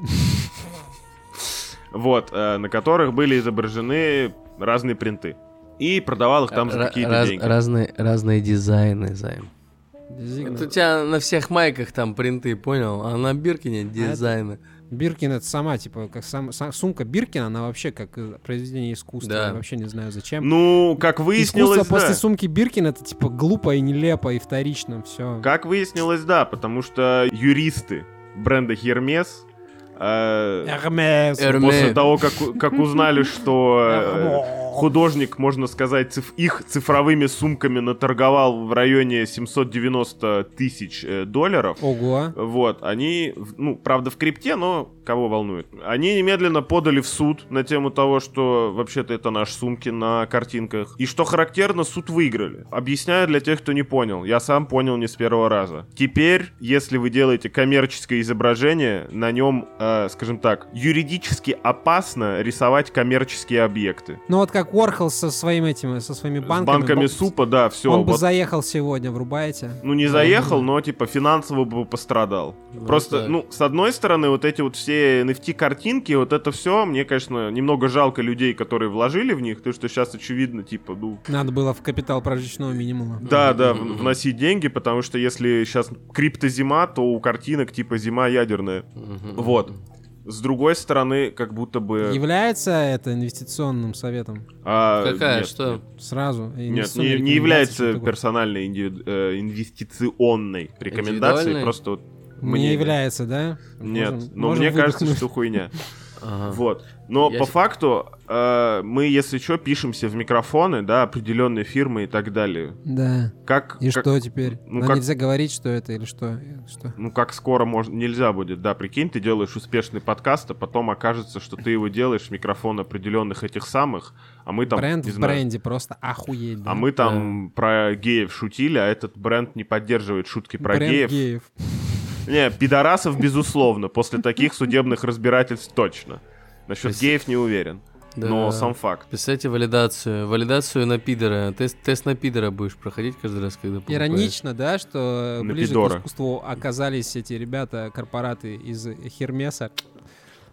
C: Вот, э, на которых были изображены разные принты. И продавал их там за
B: Ра-
C: какие-то
B: раз-
C: деньги.
B: разные, разные дизайны, Займ.
A: Зигна.
B: Вот у тебя на всех майках там принты, понял? А на Биркине дизайны.
A: Биркин это сама, типа, как сам, сам- сумка Биркина, она вообще как э, произведение искусства.
B: Да.
A: Я вообще не знаю зачем.
C: Ну, как выяснилось,
A: Искусство
C: да.
A: после сумки Биркин это типа глупо и нелепо и вторично все.
C: Как выяснилось, да, потому что юристы бренда Hermes э, После
B: Эрме.
C: того, как, у- как узнали, что э, художник, можно сказать, циф- их цифровыми сумками наторговал в районе 790 тысяч э, долларов,
A: Ого.
C: вот, они, в- ну, правда, в крипте, но кого волнует. Они немедленно подали в суд на тему того, что вообще-то это наши сумки на картинках. И что характерно, суд выиграли. Объясняю для тех, кто не понял. Я сам понял не с первого раза. Теперь, если вы делаете коммерческое изображение, на нем, э, скажем так, юридически опасно рисовать коммерческие объекты.
A: Ну вот как Уорхол со своим этим, со своими банками.
C: С банками
A: бо-
C: супа, да, все.
A: Он бы заехал сегодня, врубаете?
C: Ну, не заехал, но, типа, финансово бы пострадал.
B: Ну,
C: Просто,
B: так.
C: ну, с одной стороны, вот эти вот все NFT-картинки, вот это все, мне, конечно, немного жалко людей, которые вложили в них, потому что сейчас, очевидно, типа, ну...
A: Надо было в капитал прожиточного минимума.
C: Да, да,
B: Мгм.
C: в- вносить деньги, потому что если сейчас криптозима, то у картинок типа зима ядерная.
B: Мгм.
C: Вот. С другой стороны, как будто бы...
A: Является это инвестиционным советом?
C: а,
B: Какая?
C: нет,
B: что?
C: нет.
A: Сразу?
C: Нет,
A: Инвестиционная
C: не, не
A: рекомендация,
C: является
A: что-то такое?
C: персональной индиви- э, инвестиционной рекомендацией,
B: Индивидуальной?
C: просто вот
A: Не
C: мнение.
A: является, да?
C: Нет,
A: Можем-
C: но
A: можем
C: мне кажется,
A: выдохнуть.
C: что хуйня.
B: Ага.
C: Вот. Но
B: Я
C: по
B: с-
C: факту э, мы, если что, пишемся в микрофоны, да, определенные фирмы и так далее.
A: Да.
C: Как,
A: И
C: как-
A: что теперь?
C: ну,
A: Нам
C: как-
A: нельзя говорить, что это или что? Э, что?
C: Ну, как скоро можно, нельзя будет, да, прикинь, ты делаешь успешный подкаст, а потом окажется, что ты его делаешь в микрофон определенных этих самых, а мы там,
A: Бренд
C: не
A: в
C: знаю,
A: бренде просто охуеть. да.
C: а мы там про геев шутили, а этот бренд не поддерживает шутки про
A: Бренд
C: геев.
A: геев.
C: Не, пидорасов, безусловно, после таких судебных разбирательств точно. Насчет
B: Спасибо.
C: геев не уверен,
B: Да.
C: но сам факт.
B: Писайте валидацию. Валидацию на пидора. Тест, тест на пидора будешь проходить каждый раз, когда покупаешь.
A: Иронично, да, что
C: На
A: ближе
C: пидора.
A: к искусству оказались эти ребята, корпораты из Хермеса.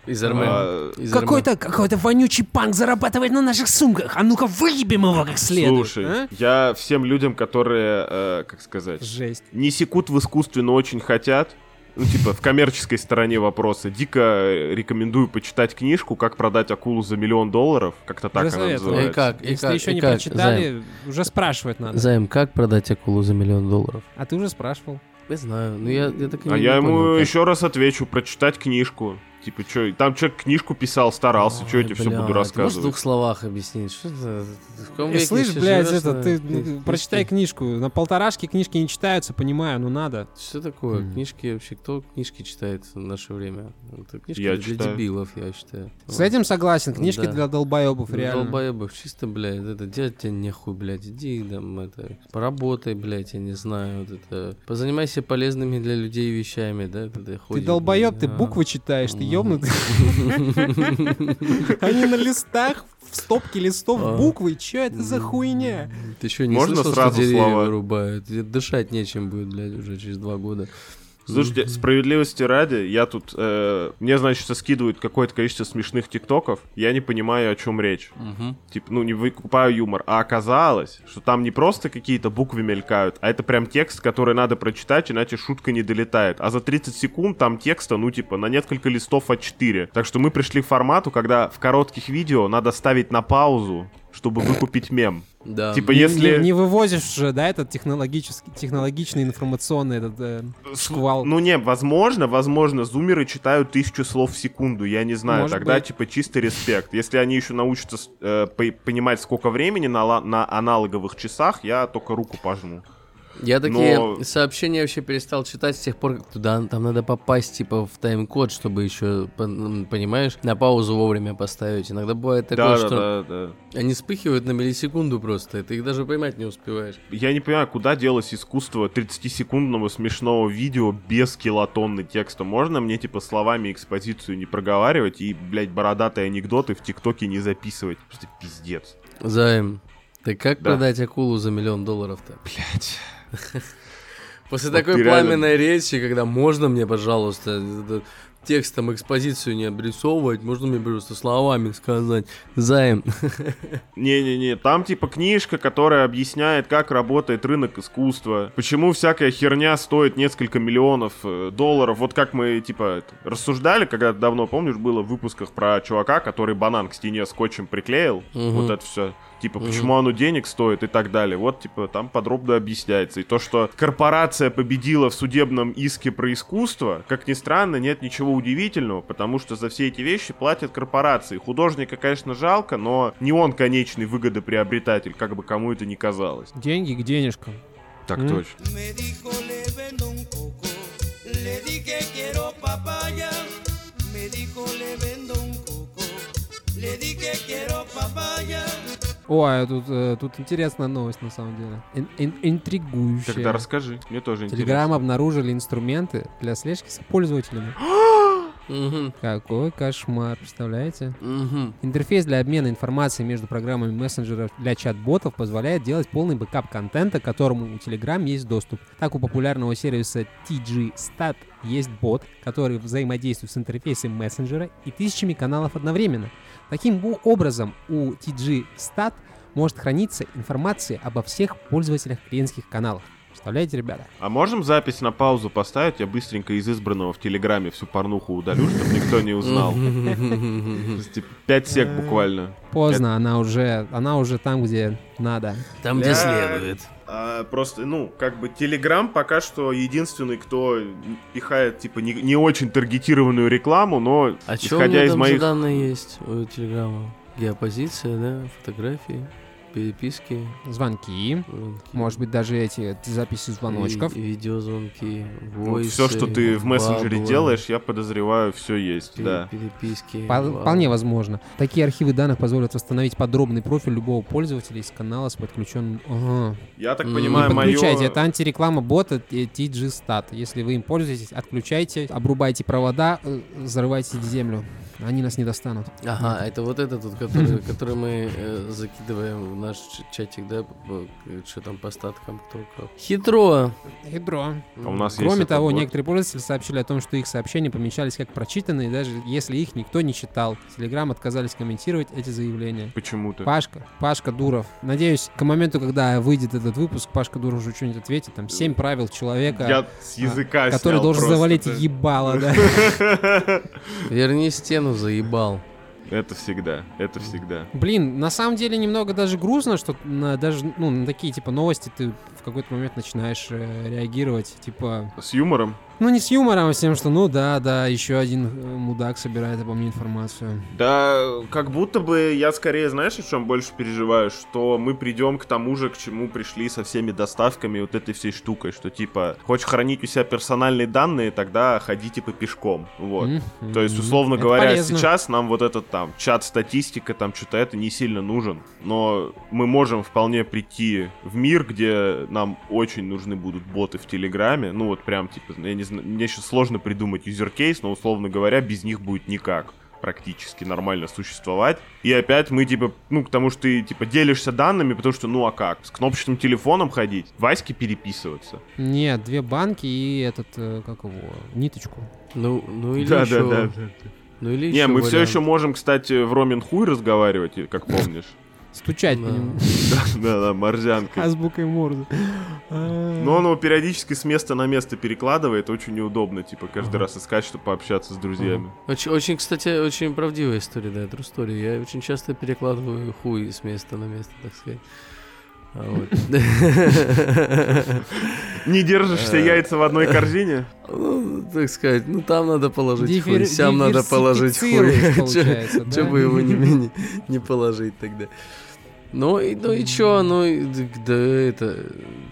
B: Из Арме.
C: А,
B: Из Арме.
A: Какой-то какой-то вонючий панк зарабатывает на наших сумках. А ну-ка выебем его как следует.
C: Слушай,
A: а?
C: я всем людям, которые, э, как сказать,
A: Жесть.
C: не секут в искусстве, но очень хотят, ну, типа, в коммерческой стороне вопроса, дико э, рекомендую почитать книжку «Как продать акулу за миллион долларов», как-то так
A: Уже
C: она
A: советовал.
B: И
C: называется.
B: как? И
A: Если
B: как?
A: еще
B: И
A: не
B: как? Займ.
A: прочитали, уже спрашивать надо.
B: Займ, как продать акулу за миллион долларов?
A: А ты уже спрашивал.
B: Не знаю, ну я, я так и
C: А
B: не
C: я
B: понял,
C: ему
B: как.
C: еще раз отвечу, прочитать книжку. Типа, чё, там человек книжку писал, старался,
B: Ой,
C: что я тебе все
B: бля,
C: буду
B: ты можешь в
C: рассказывать.
B: двух словах объяснить? Что за- в каком
A: Э,
B: веке
A: слышь,
B: вообще
A: блядь,
B: живешь,
A: это,
B: на-
A: ты ну, прочитай книжку. На полторашке книжки не читаются, понимаю, ну надо.
B: Что такое?
A: Мгм.
B: Книжки вообще, кто книжки читает в наше время? Это книжки
C: Я
B: для
C: читаю.
B: дебилов, я считаю.
A: С этим согласен, книжки
B: Да.
A: для долбоебов,
B: Для
A: реально.
B: долбоебов, чисто, блядь, это делать тебе нехуй, блядь, иди там, это, поработай, блядь, я не знаю, вот это, позанимайся полезными для людей вещами, да, когда
A: Ты
B: ходишь,
A: долбоеб,
B: блядь,
A: ты
B: а.
A: буквы читаешь, ты
B: Мгм.
A: ёбнутый. Они на листах, в стопке
B: А.
A: листов буквы. Чё это за хуйня?
B: Ты что, не
C: Можно
B: слышал,
C: сразу
B: что деревья
C: слова?
B: вырубают? Тебе Дышать нечем будет, блядь, уже через два года.
C: Слушайте, справедливости ради, я тут... э, мне, значит, скидывают какое-то количество смешных тиктоков, я не понимаю, о чем речь.
B: Мгм.
C: типа, ну, не выкупаю юмор. А оказалось, что там не просто какие-то буквы мелькают, а это прям текст, который надо прочитать, иначе шутка не долетает. А за 30 секунд там текста, ну, типа, на несколько листов А4. Так что мы пришли к формату, когда в коротких видео надо ставить на паузу, чтобы выкупить мем.
B: Да.
C: Типа,
A: Не-
C: если...
A: Не, не вывозишь уже, да, этот технологический, технологичный информационный этот э,
C: С-
A: шквал.
C: Ну не, возможно, возможно, зумеры читают тысячу слов в секунду, я не знаю.
A: Может
C: Тогда
A: быть.
C: типа чистый респект. Если они еще научатся с- э, пой- понимать, сколько времени на, ла- на аналоговых часах, я только руку пожму.
B: Я такие
C: Но-
B: сообщения вообще перестал читать с тех пор, как туда там надо попасть, типа, в тайм-код, чтобы еще, пон- понимаешь, на паузу вовремя поставить. Иногда бывает такое, что
C: да, да, да.
B: они вспыхивают на миллисекунду просто, и ты их даже поймать не успеваешь.
C: Я не понимаю, куда делось искусство 30-секундного смешного видео без килотонны текста. Можно мне, типа, словами экспозицию не проговаривать и, блядь, бородатые анекдоты в ТикТоке не записывать? Просто пиздец.
B: Займ, ты как
C: Да.
B: продать акулу за миллион долларов-то? Блять. После
C: Вот
B: такой
C: ты реально-
B: пламенной речи, когда можно мне, пожалуйста, это- текстом экспозицию не обрисовывать, можно мне просто словами сказать. Займ,
C: Не-не-не, там типа книжка, которая объясняет, как работает рынок искусства, почему всякая херня стоит несколько миллионов э, долларов. Вот как мы типа это, рассуждали, когда давно, помнишь, было в выпусках про чувака, который банан к стене скотчем приклеил.
B: Мгм.
C: Вот это все. Типа,
B: Мгм.
C: почему оно денег стоит и так далее. Вот, типа, там подробно объясняется. И то, что корпорация победила в судебном иске про искусство, как ни странно, нет ничего удивительного, потому что за все эти вещи платят корпорации. Художника, конечно, жалко, но не он конечный выгодоприобретатель, как бы кому это ни казалось.
A: Деньги к денежкам.
C: Так
A: М.
C: точно.
D: Me dijo le vendo un coco, le dije quiero papaya. Me dijo le vendo un coco, le dije quiero papaya.
A: О, а тут, э, тут интересная новость на самом деле. Ин- ин- интригующая.
C: Тогда расскажи, мне тоже
A: Телеграм
C: интересно.
A: обнаружили инструменты для слежки за пользователями.
B: Мгм,
A: Какой кошмар, представляете?
B: мгм.
A: Интерфейс для обмена информацией между программами мессенджеров для чат-ботов позволяет делать полный бэкап контента, к которому у Telegram есть доступ. Так у популярного сервиса TG-Stat есть бот, который взаимодействует с интерфейсом мессенджера и тысячами каналов одновременно. Таким бу- образом, у TG-Stat может храниться информация обо всех пользователях клиентских каналов. Представляете, ребята?
C: А можем запись на паузу поставить? Я быстренько из избранного в Телеграме всю порнуху удалю, чтобы никто не узнал. То есть, типа, Пять сек буквально.
A: Поздно, она уже, она уже там, где надо.
B: Там,
C: Бля.
B: где следует.
C: А, просто, ну, как бы Телеграм пока что единственный, кто пихает, типа, не, не очень таргетированную рекламу, но,
B: А что у
C: исходя
B: меня
C: из
B: там за
C: моих...
B: данные есть у Телеграма? Геопозиция, да, фотографии, переписки.
A: Звонки,
B: звонки.
A: может быть, даже эти записи звоночков. Ну,
B: И, и видеозвонки,
C: все, что ты в мессенджере
B: делаешь
C: делаешь, я подозреваю, все есть, да.
B: Переписки.
A: Пол-
B: бабл.
A: Вполне возможно. Такие архивы данных позволят восстановить подробный профиль любого пользователя из канала с подключенным... Ага.
C: Я так
B: М,
C: понимаю,
A: не
C: мое...
A: подключайте, это антиреклама бота э, TG-Stat. Если вы им пользуетесь, отключайте, обрубайте провода, э, взрывайте землю. Они нас не достанут.
B: Ага, это вот этот, вот, который, который мы э, закидываем в наш ч- чатик, да? Что там по статкам, кто как. Хитро.
A: Ядро.
C: А у нас есть
A: Кроме
C: этот
A: того,
C: вот.
A: некоторые пользователи сообщили о том, что их сообщения помечались как прочитанные, даже если их никто не читал. Телеграм отказались комментировать эти заявления.
C: Почему-то.
A: Пашка, Пашка Дуров. Надеюсь, к моменту, когда выйдет этот выпуск, Пашка Дуров уже что-нибудь ответит. Там семь правил человека,
C: Я с языка
A: который
C: снял
A: должен
C: просто,
A: завалить
C: да.
A: ебало, да.
B: Верни стену, заебал.
C: Это всегда, это всегда.
A: Блин, на самом деле немного даже грустно, что на, даже ну, на такие типа новости ты в какой-то момент начинаешь э, реагировать, типа,
C: С юмором.
A: ну не с юмором, а с тем, что ну да, да, еще один э, мудак собирает обо мне информацию.
C: Да, как будто бы я скорее, знаешь, о чем больше переживаю, что мы придем к тому же, к чему пришли со всеми доставками и вот этой всей штукой, что типа, хочешь хранить у себя персональные данные, тогда ходи типа пешком, вот.
A: М,
C: То есть,
A: м,
C: условно
A: это
C: говоря,
A: полезно.
C: сейчас нам вот этот там чат статистика, там что-то это не сильно нужен. Но мы можем вполне прийти в мир, где нам очень нужны будут боты в Телеграме. Ну вот прям типа, я не знаю, мне сейчас сложно придумать юзеркейс, но условно говоря, без них будет никак практически нормально существовать. И опять мы, типа, ну, к тому, что ты, типа, делишься данными, потому что, ну, а как? С кнопочным телефоном ходить? Ваське переписываться?
A: Нет, две банки и этот, э, как его, ниточку.
B: Ну, ну или
C: Да, да,
B: еще...
C: да,
B: Ну или
C: Не,
B: ещё
C: мы все
B: вариант.
C: еще можем, кстати, в Ромин Хуй разговаривать, как помнишь.
A: Стучать по
B: Да.
A: нему.
C: Да, да, морзянкой.
A: Азбукой А, морды.
C: Но он его периодически с места на место перекладывает, очень неудобно, типа, каждый раз искать, чтобы пообщаться с друзьями.
B: Очень, очень, кстати, очень правдивая история, да, true story. Я очень часто перекладываю хуй с места на место, так сказать. А вот.
C: Не держишь
B: Э.
C: все яйца в одной корзине?
B: Ну, так сказать, ну там надо положить
A: Диффер-
B: хуй, сям надо положить хуй.
A: диверсифицируешь, получается, да?
B: Че бы его не, не, не положить тогда. Ну и, ну и чё, ну и д- да это,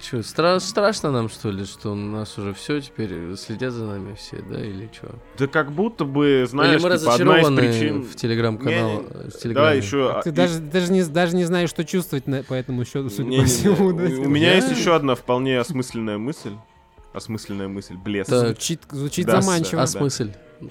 B: чё, стра- страшно нам что ли, что у нас уже все теперь следят за нами все, да, или чё?
C: Да как будто бы,
B: или
C: знаешь,
B: мы
C: типа, одна из
B: разочарованы
C: причин...
B: в телеграм-канал, э, в
C: Да,
B: телеграме?
C: еще...
A: Ты даже, даже, не, даже не знаешь, что чувствовать на, по этому счету, судя по всему. да?
C: У меня есть
A: Да.
C: еще одна вполне осмысленная мысль. Осмысленная мысль, блеск.
B: Так.
A: Звучит, Э, звучит
C: Да,
A: заманчиво.
B: А
C: да.
B: смысл,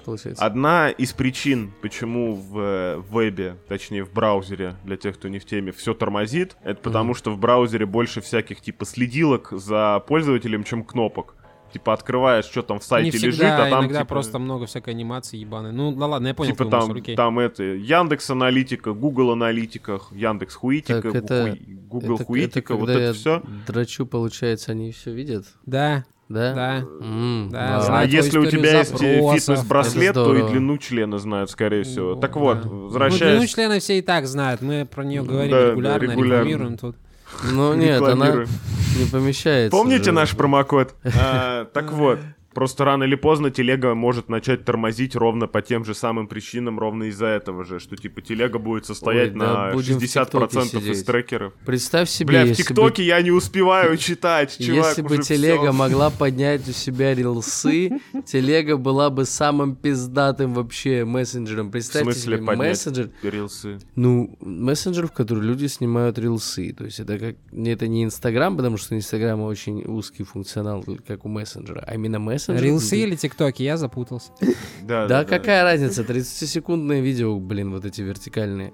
B: получается?
C: Одна из причин, почему в э, вебе, точнее в браузере, для тех, кто не в теме, все тормозит, это потому, что в браузере больше всяких типа следилок за пользователем, чем кнопок. Типа открываешь, что там в
A: не
C: сайте
A: всегда,
C: лежит, а там
A: иногда
C: типа,
A: просто много всякой анимации ебаной. Ну, да ладно, я понял,
C: типа
A: твою
C: там,
A: мысль, окей.
C: там это Яндекс Аналитика, Google Аналитика, Яндекс Хуитика,
B: Так, это-
C: Гу- Google
B: это,
C: Хуитика,
B: это
C: вот
B: когда я
C: это все.
B: драчу, получается, они все видят,
A: Да,
B: да?
A: да.
B: М,
A: Да,
B: вау.
C: А
A: знаю твою
C: если у
A: историю
C: тебя есть э,
A: запросов.
C: фитнес-браслет,
B: Это
C: то и
B: здорово.
C: длину члена знают, скорее всего.
A: Ну,
C: так вот,
A: да. Ну, длину
C: возвращаясь...
A: члена все и так знают. Мы про нее говорим
C: да,
A: регулярно,
C: регулярно.
A: рекламируем тут.
B: Ну нет, она
C: Рекламируем.
B: не помещается.
C: Помните
B: же.
C: наш промокод? А, Так вот. Просто рано или поздно телега может начать тормозить ровно по тем же самым причинам, ровно из-за этого же, что типа телега будет состоять
B: Ой, да
C: на
B: будем в
C: 60%
B: ТикТоке
C: из
B: сидеть.
C: трекеров.
B: Представь себе,
C: Бля, в
B: если бы
C: ТикТоке я не успеваю читать, чувак,
B: Если бы
C: уже всё.
B: телега могла поднять у себя рилсы, телега была бы самым пиздатым вообще мессенджером.
C: В
B: Представьте
C: смысле
B: себе,
C: поднять
B: мессенджер,
C: рилсы?
B: ну, мессенджер, в который люди снимают рилсы. То есть это как не- это не Инстаграм, потому что Инстаграм очень узкий функционал, как у мессенджера, а именно мессенджер.
A: Рилсы
B: где-
A: или ТикТоки, я запутался.
C: Да,
B: Да, какая разница, 30-секундные видео, блин, вот эти вертикальные.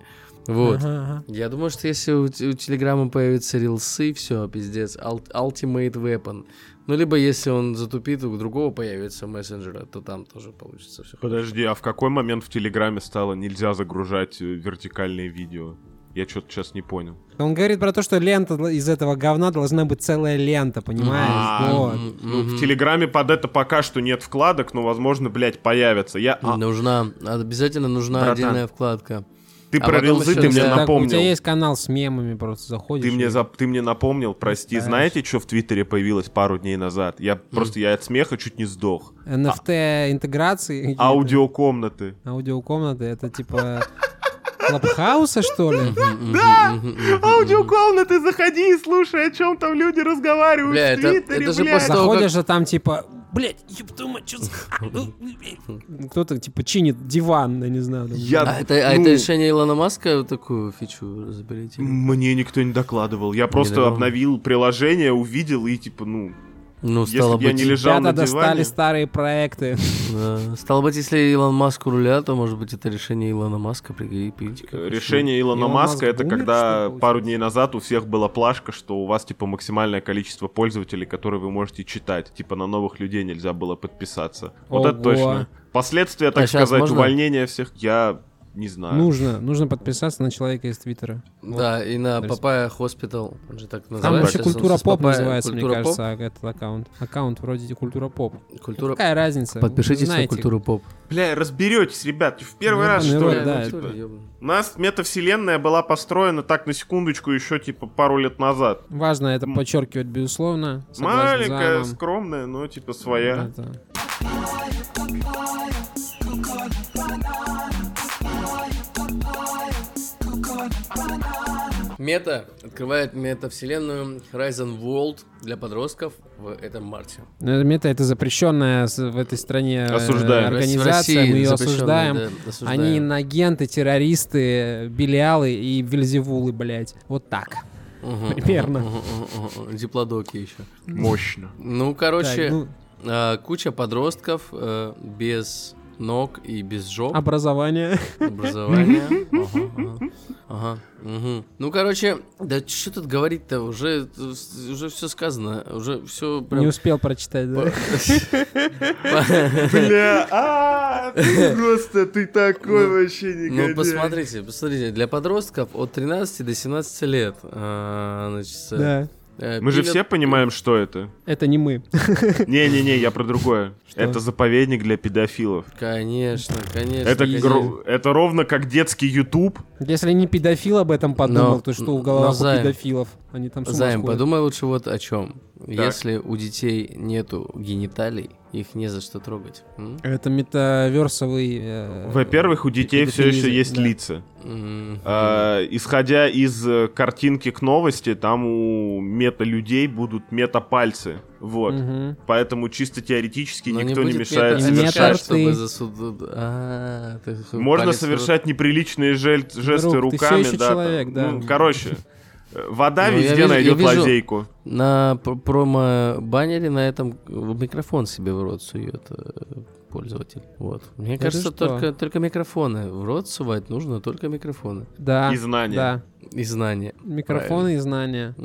B: Вот.
A: Ага, ага.
B: Я думаю, что если у, те- у Телеграма появятся рилсы, все, пиздец, ул- Ultimate Weapon. Ну, либо если он затупит, у другого появится мессенджера, то там тоже получится все.
C: Подожди, а в какой момент в Телеграме стало нельзя загружать э, вертикальные видео? Я что-то сейчас не понял.
A: Он говорит про то, что лента дл- из этого говна должна быть целая лента, понимаешь?
C: А,
A: Вот.
B: М,
C: Ну,
B: мгм.
C: в Телеграме под это пока что нет вкладок, но, возможно, блядь, появятся. Я... а,
B: Нужна, обязательно нужна
C: Братан.
B: отдельная вкладка.
C: ты
B: а
C: про
B: потом
C: рилзы,
B: ещё
C: ты
B: у
C: мне
B: тебя-
A: Так, у тебя
C: напомнил.
A: есть канал с мемами, просто заходишь.
C: Ты мне,
A: и-
C: за- ты мне напомнил, прости.
A: Знаешь.
C: Знаете, что в Твиттере появилось пару дней назад? Я просто, я от смеха чуть не сдох.
A: NFT интеграции.
C: А Аудиокомнаты.
A: Аудиокомнаты, это типа... Клабхауса, что ли?
B: Да!
C: Аудиокомнаты, заходи и слушай, о чем там люди разговаривают
B: Бля,
C: в
B: это-
C: Твиттере,
B: это же
C: блядь.
B: просто-
A: Заходишь, а там типа... Блять, ёб твою мать, чё за- а, ну, блядь». Кто-то типа чинит диван, я не знаю. там.
C: Я,
B: А это, а
C: ну,
B: это решение Илона Маска такую фичу разобрать? или?
C: Мне никто не докладывал. Я просто
B: докладывал.
C: обновил приложение, увидел и типа, ну,
B: Ну,
C: если
B: стало
C: бы я
B: быть,
C: не
A: Ребята
C: лежал на
A: достали
C: диване...
A: старые проекты.
B: да. стало быть, если Илон Маск у руля, то, может быть, это решение Илона Маска прикрепить. как
C: Решение Илона
A: Илон
C: Маска
A: Маск
C: это
A: умер, что
C: когда
A: ли, получается?
C: пару дней назад у всех была плашка, что у вас типа максимальное количество пользователей, которые вы можете читать. Типа на новых людей нельзя было подписаться. Вот это
A: Ого.
C: точно. Последствия, так
B: А щас
C: сказать,
B: можно?
C: увольнения всех, я не знаю.
A: Нужно, нужно подписаться на человека из Твиттера.
B: Да, и на
A: То есть-
B: Папая Хоспитал. Он же так
A: Там
B: называется.
A: вообще культура
B: солнце с
A: поп
B: Папайя.
A: называется,
B: Культура
A: мне
B: поп?
A: кажется, а, этот аккаунт. Аккаунт вроде культура поп.
B: Культура...
A: Какая разница?
B: Подпишитесь
A: Знаете.
B: на культуру поп.
C: Бля, разберетесь, ребят, в первый
A: Ну,
C: раз,
A: ну,
C: что ли?
A: да, да,
C: Ну,
B: культура,
C: типа,
B: ёбаный.
C: У нас метавселенная была построена так на секундочку еще типа пару лет назад.
A: Важно это подчеркивать, безусловно. Согласен
C: Маленькая,
A: с замом.
C: скромная, но типа своя.
A: Это-
B: Мета открывает метавселенную Horizon World для подростков в этом марте.
A: Ну, это Мета это запрещенная с- в этой стране э,
C: Осуждаем.
A: организация, мы ее
B: запрещенная,
A: осуждаем.
B: да, осуждаем.
A: Они инагенты, террористы, белиалы и вельзевулы, блядь. Вот так.
B: Мгм,
A: примерно.
B: мгм, мгм, мгм, мгм. Диплодоки еще.
C: Мощно.
B: Ну,
A: Так,
B: короче,
A: ну,
B: а, куча подростков э, без ног и без жоп.
A: образование.
B: Образование. Ага, ага. Ага, мгм. Ну, короче, да что тут говорить-то? Уже, уже все сказано. Уже все
A: Не
B: прям...
A: успел прочитать, да?
C: Бля, а ты просто ты такой
B: Ну,
C: вообще
B: Ну, посмотрите, посмотрите. Для подростков от 13 до 17 лет. а, значит, э,
A: Да.
B: э,
C: Мы же
B: пилят-
C: все понимаем, что это.
A: Это не мы.
C: Не-не-не, я про другое.
A: Что?
C: Это заповедник для педофилов.
B: Конечно, конечно.
C: Это,
B: конечно.
C: гро- это ровно как детский YouTube.
A: Если не педофил об этом подумал,
B: Но-
A: то что в
B: но,
A: головах у
B: Займ,
A: педофилов? Они там с ума
B: Займ,
A: сходят.
B: подумай лучше вот о чем. Если у детей нету гениталий, их не за что трогать. М?
A: Это метаверсовый... э,
C: Во-первых, у детей все
A: педофилизм,
C: еще есть
A: да.
C: лица.
B: М.
C: А, исходя из э, картинки к новости, там у мета-людей будут мета-пальцы. Вот.
A: Мгм.
C: Поэтому чисто теоретически
B: Но
C: никто не,
B: будет
C: мешает
B: мета-
A: совершать.
B: мешать,
C: совершать.
A: Метарты.
B: чтобы засуд- А, ты ху-
C: Можно
B: палец в
C: совершать неприличные жел- жесты
A: Друг, ты всё
C: руками.
A: ещё
C: да, там.
A: человек, да.
C: Ну, короче, э, вода
B: Ну, я
C: везде
B: вижу- я
C: найдет
B: вижу-
C: лазейку.
B: рот. На п- промо-баннере на этом в микрофон себе в рот сует э, пользователь. Вот. Мне
A: Это
B: кажется,
A: что?
B: только, только микрофоны. В рот сувать нужно только микрофоны.
A: Да.
C: И знания.
A: Да.
B: И знания.
A: Микрофоны и знания.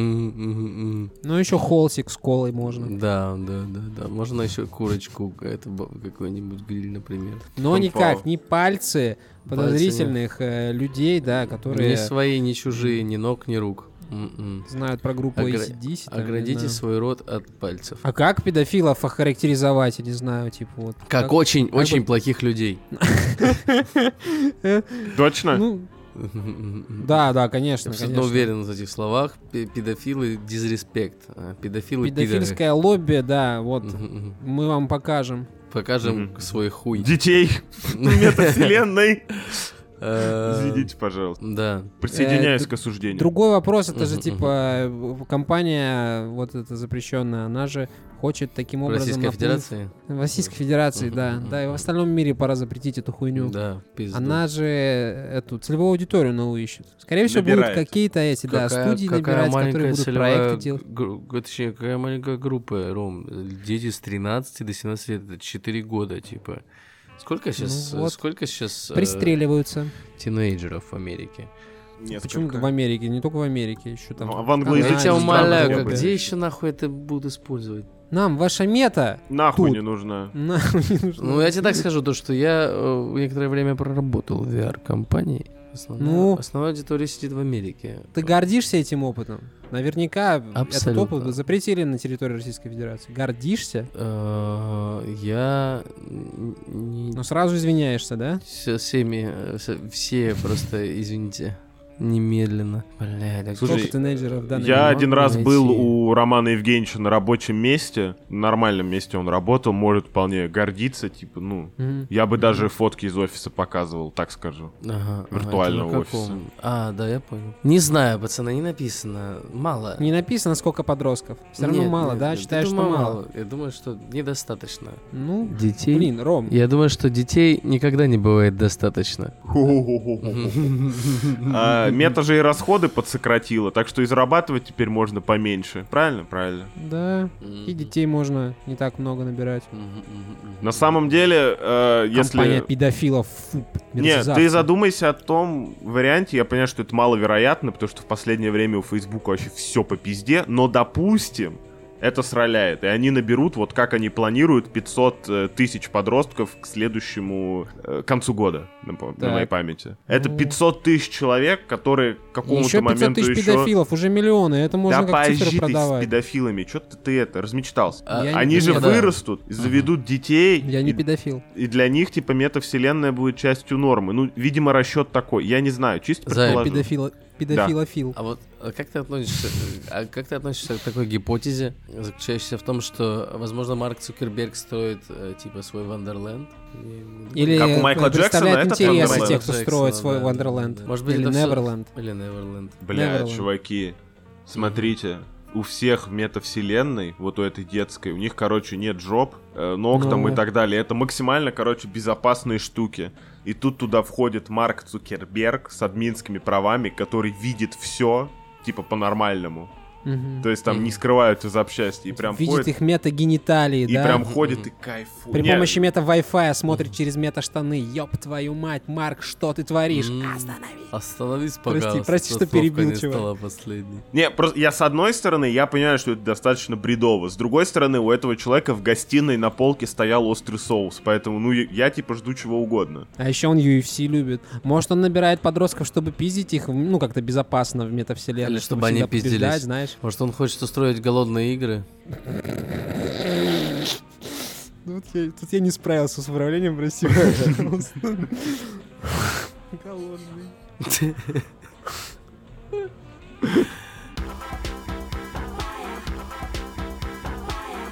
B: Правильно.
A: Ну, еще холсик с колой можно.
B: Да, да, да, да. Можно еще курочку это б- какой-нибудь гриль, например.
A: Но
C: Кунг-фау.
A: никак, не пальцы подозрительных э, людей, да,
B: Ни
A: которые
B: свои, ни чужие, ни ног, ни рук. М-м.
A: знают про группу
B: Огра-
A: ACDC. там, не
B: Оградите
A: знаю.
B: свой рот от пальцев.
A: А как педофилов охарактеризовать, я не знаю, типа вот.
B: Как очень,
A: как
B: очень
A: бы-
B: плохих людей.
C: Точно?
A: Ну, да,
B: Да.
A: да,
B: Я
A: конечно,
B: абсолютно
A: Ну, конечно.
B: уверен в этих словах. Пе- Педофилы дизреспект. а Педофилы пидоры.
A: Педофильское лобби, да, вот.
B: Мгм.
A: Мы вам покажем.
B: Покажем
C: Мгм.
B: свой хуй.
C: Детей метавселенной.
B: Э,
C: Извините, пожалуйста.
B: Да.
C: Присоединяюсь
A: Э,
C: к осуждению.
A: Другой вопрос, это же
B: Мгм,
A: типа в- компания вот эта запрещенная, она же хочет таким образом...
B: Российской
A: наплыв-
B: Федерации?
A: В Российской Федерации, да.
B: Мгм.
A: Да, и в остальном мире пора запретить эту хуйню.
B: Да, пизду.
A: Ну, Она же эту целевую аудиторию новую ищет. Скорее всего, будут
C: Набирает.
A: какие-то эти, да,
B: Какая-
A: студии
B: какая
A: набирать, которые
B: маленькая
A: будут
B: целевая
A: проекты делать.
B: гру- гру- точнее, какая маленькая группа, Ром? Дети с 13 до 17 лет, это 4 года, типа. Сколько сейчас,
A: Ну вот.
B: сколько сейчас э,
A: Пристреливаются.
B: тинейджеров в Америке?
A: Почему-то в Америке, не только в Америке, еще там.
C: Ну, а
A: Канаде,
C: в
B: Я тебя
C: англоязычных странах
A: Штатах,
B: умоляю,
C: не
A: да.
B: как-
C: было.
B: где еще нахуй это будут использовать?
A: Нам ваша мета.
C: Нахуй
A: Тут.
C: не нужна.
A: Нахуй не нужна.
B: Ну, я тебе так скажу, то, что я э, некоторое время проработал в VR-компании. Основная,
A: Ну.
B: основная аудитория сидит в Америке.
A: Ты гордишься этим опытом? Наверняка этот
B: Абсолютно.
A: опыт бы запретили на территории Российской Федерации. Гордишься?
B: Э, Я н- не...
A: Но Ну, сразу извиняешься, да?
B: Все, всеми, э, со- все просто, извините, немедленно. Блядь, а
C: Слушай,
A: Сколько тинейджеров в данный
B: не
C: Я
A: момент?
B: могу
C: один раз
B: найти.
C: был у Романа Евгеньевича на рабочем месте, на нормальном месте он работал, может вполне гордиться, типа, ну,
A: Мгм.
C: я бы даже фотки из офиса показывал, так скажу.
B: Ага, ага,
C: виртуального
B: это на каком?
C: офиса.
B: А, да, я понял. Не знаю, пацаны, не написано. Мало.
A: Не написано, сколько подростков. Все равно
B: Нет,
A: мало,
B: нет,
A: да?
B: нет, я
A: Считаешь, что
B: думаю,
A: мало?
B: Я думаю, что недостаточно.
A: Ну,
B: Детей?
A: блин, Ром,
B: Я думаю, что детей никогда не бывает достаточно.
C: А, Мета же и расходы подсократила, так что и зарабатывать теперь можно поменьше. Правильно? Правильно.
A: да, и детей можно не так много набирать.
C: На самом деле, э,
A: Компания
C: если...
A: педофилов, фу,
C: Нет,
A: мерзавцы.
C: ты задумайся о том варианте, я понимаю, что это маловероятно, потому что в последнее время у Фейсбука вообще все по пизде, но допустим, это сраляет, и они наберут, вот как они планируют, 500 э, тысяч подростков к следующему э, концу года, на, по- на
A: Так.
C: моей памяти. Это
A: Ну.
C: 500 тысяч человек, которые к какому-то
A: Еще 500
C: моменту
A: тысяч
C: еще...
A: педофилов, уже миллионы, это можно
C: да
A: как
C: поожи
A: цифры
C: ты с
A: продавать.
C: педофилами, что ты, ты это, размечтался.
B: А,
A: Я не-
C: Они
A: не,
C: же
A: да.
C: вырастут, заведут детей,
A: Я не
C: и,
A: педофил.
C: и для них, типа, метавселенная будет частью нормы. Ну, видимо, расчет такой. Я не знаю, чисто
B: Зай,
C: предположу.
A: Педофила, педофилофил.
B: А вот а как ты относишься, а как ты относишься к такой гипотезе, заключающейся в том, что, возможно, Марк Цукерберг строит э, типа свой Вандерленд? И-
A: Или э,
C: Как у Майкла
A: представляет
C: Джексона, этот
A: интересы
C: Wonderland.
A: тех, кто строит свой
B: да, да, да,
A: Вандерленд.
B: да. Может быть,
A: Или
B: это всё-
A: Неверленд.
B: Или Неверленд.
C: Бля,
A: Neverland.
C: чуваки, смотрите, у всех в метавселенной, вот у этой детской, у них, короче, нет жоп, э, ног
A: Ну.
C: там и так далее. Это максимально, короче, безопасные штуки. И тут туда входит Марк Цукерберг с админскими правами, который видит все, типа, по-нормальному.
A: Мгм.
C: То есть там не
B: Мгм.
C: скрывают из общасти. И прям
A: Видит
C: ходит,
A: их метагениталии,
C: и
A: да?
C: прям ходит и кайфует.
A: При
C: Не,
A: помощи мета-вай-фая смотрит через мета-штаны. Ёб твою мать, Марк, что ты творишь?
B: М.
A: Остановись.
B: Остановись,
A: Прости,
B: пожалуйста.
A: прости, что
B: эта словка
A: перебил,
B: не
A: чувак.
B: стала последней.
C: Не, просто я с одной стороны, я понимаю, что это достаточно бредово. С другой стороны, у этого человека в гостиной на полке стоял острый соус. Поэтому, ну, я, я, типа жду чего угодно.
A: А еще он UFC любит. Может, он набирает подростков, чтобы пиздить их, ну, как-то безопасно в метавселенной.
B: Или чтобы они
A: всегда побеждать,
B: пиздились.
A: знаешь.
B: Может, он хочет устроить голодные игры?
A: Тут я, не справился с управлением, прости.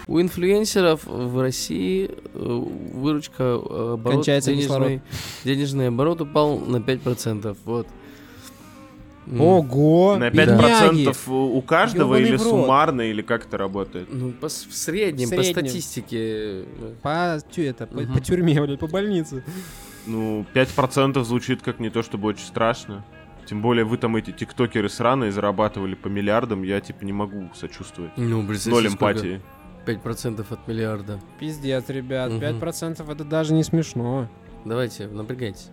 B: У инфлюенсеров в России э, выручка э, оборот,
A: Кончается
B: денежный, денежный оборот упал на 5%. Вот. М.
A: Ого!
C: На 5%
A: Ну, бедняги!
C: у у каждого
A: Ёбаный
C: или
A: в рот.
C: суммарно, или как это работает?
B: Ну, по с- в, среднем,
A: В среднем.
B: по статистике. э,
A: По, тю- это, по,
B: Мгм.
A: по тюрьме, блядь, по больнице.
C: Ну, 5% звучит как не то чтобы очень страшно. Тем более вы там эти тиктокеры сраные зарабатывали по миллиардам, я типа не могу сочувствовать.
B: Ну, представляете,
C: Ноль
B: сколько?
C: эмпатии.
B: 5% от миллиарда.
A: Пиздец, ребят,
B: Мгм.
A: 5% это даже не смешно.
B: Давайте, напрягайтесь.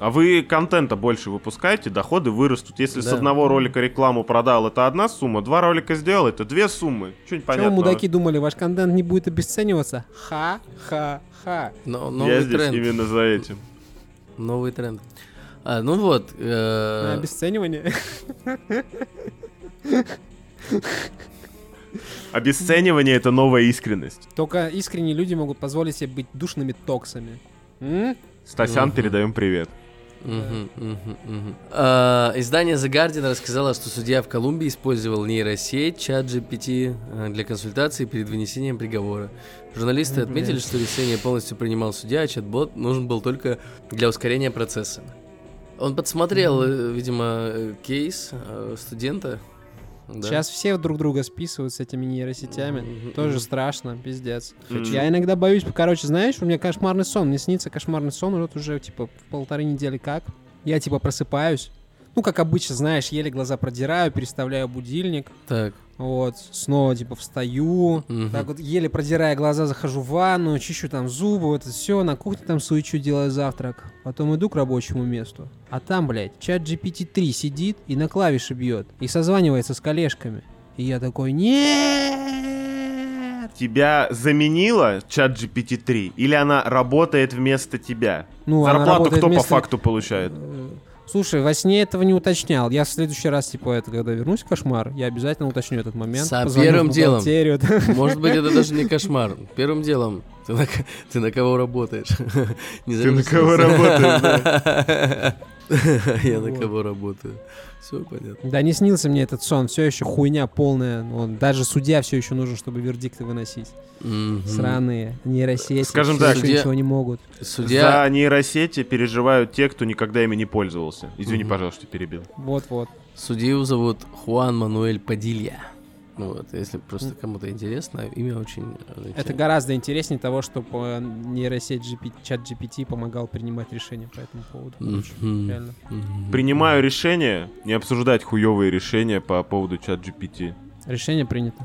C: А вы контента больше выпускаете, доходы вырастут. Если с
B: Да.
C: одного ролика рекламу продал, это одна сумма, два ролика сделал, это две суммы. Что
A: Чего
C: непонятно.
A: вы, мудаки, думали, ваш контент не будет обесцениваться? Ха-ха-ха.
B: Но,
C: Я
B: новый
C: здесь
B: тренд.
C: именно за этим.
B: Новый тренд. А, ну вот. э,
A: На обесценивание?
C: Обесценивание — это новая искренность.
A: Только искренние люди могут позволить себе быть душными токсами. М?
C: Стасян,
B: Мгм.
C: передаем привет.
B: Мгм, мгм, мгм. А, Издание The Guardian рассказало, что судья в Колумбии использовал нейросеть чат GPT э, для консультации перед вынесением приговора. Журналисты
A: Ой, блядь.
B: отметили, что решение полностью принимал судья, а чат-бот нужен был только для ускорения процесса. Он подсмотрел, э, видимо, э, кейс э, студента. Да.
A: Сейчас все друг друга списывают с этими нейросетями.
B: Мгм.
A: Тоже страшно, пиздец.
C: Хочу.
A: Я иногда боюсь, короче, знаешь, у меня кошмарный сон. Мне снится кошмарный сон вот уже, типа, полторы недели как. Я, типа, просыпаюсь. Ну, как обычно, знаешь, еле глаза продираю, переставляю будильник.
B: Так.
A: Вот, снова, типа, встаю.
B: мгм.
A: Так вот, еле продирая глаза, захожу в ванну, чищу там зубы, вот это все, на кухне там суечу, делаю завтрак. Потом иду к рабочему месту. А там, блядь, чат GPT-3 сидит и на клавиши бьет, и созванивается с коллежками. И я такой, нет!
C: тебя заменила чат GPT-3 или она работает вместо тебя?
A: Ну, она
C: Зарплату
A: работает
C: кто
A: вместо-
C: по факту получает?
A: Слушай, во сне этого не уточнял. Я в следующий раз, типа, это когда вернусь в кошмар, я обязательно уточню этот момент.
B: Са-
A: Позвоню в
B: первым делом.
A: бухгалтерию, да.
B: Может быть, это даже не кошмар. Первым делом, ты на, к- ты на кого работаешь? Не
C: Ты на
B: зарегистрировался.
C: кого работаешь? да?
B: Я на
A: Вот.
B: кого работаю. Все понятно.
A: Да не снился мне этот сон, все еще хуйня полная. Вон, даже судья все еще нужен, чтобы вердикты выносить.
B: Мгм.
A: Сраные нейросети.
C: Скажем
A: всё
C: так,
A: ещё
B: судья-
A: ничего не могут.
B: Судья,
C: За нейросети переживают те, кто никогда ими не пользовался. Извини, пожалуйста, что перебил.
A: Вот-вот.
B: судью зовут Хуан Мануэль Падилья. Ну Вот, если просто кому-то интересно, имя очень... э,
A: Это гораздо интереснее того, что по э, нейросеть GPT, чат GPT помогал принимать решения по этому поводу.
B: Мгм.
A: Реально.
B: Мгм.
C: Принимаю решение не обсуждать хуевые решения по поводу чат GPT.
A: Решение принято.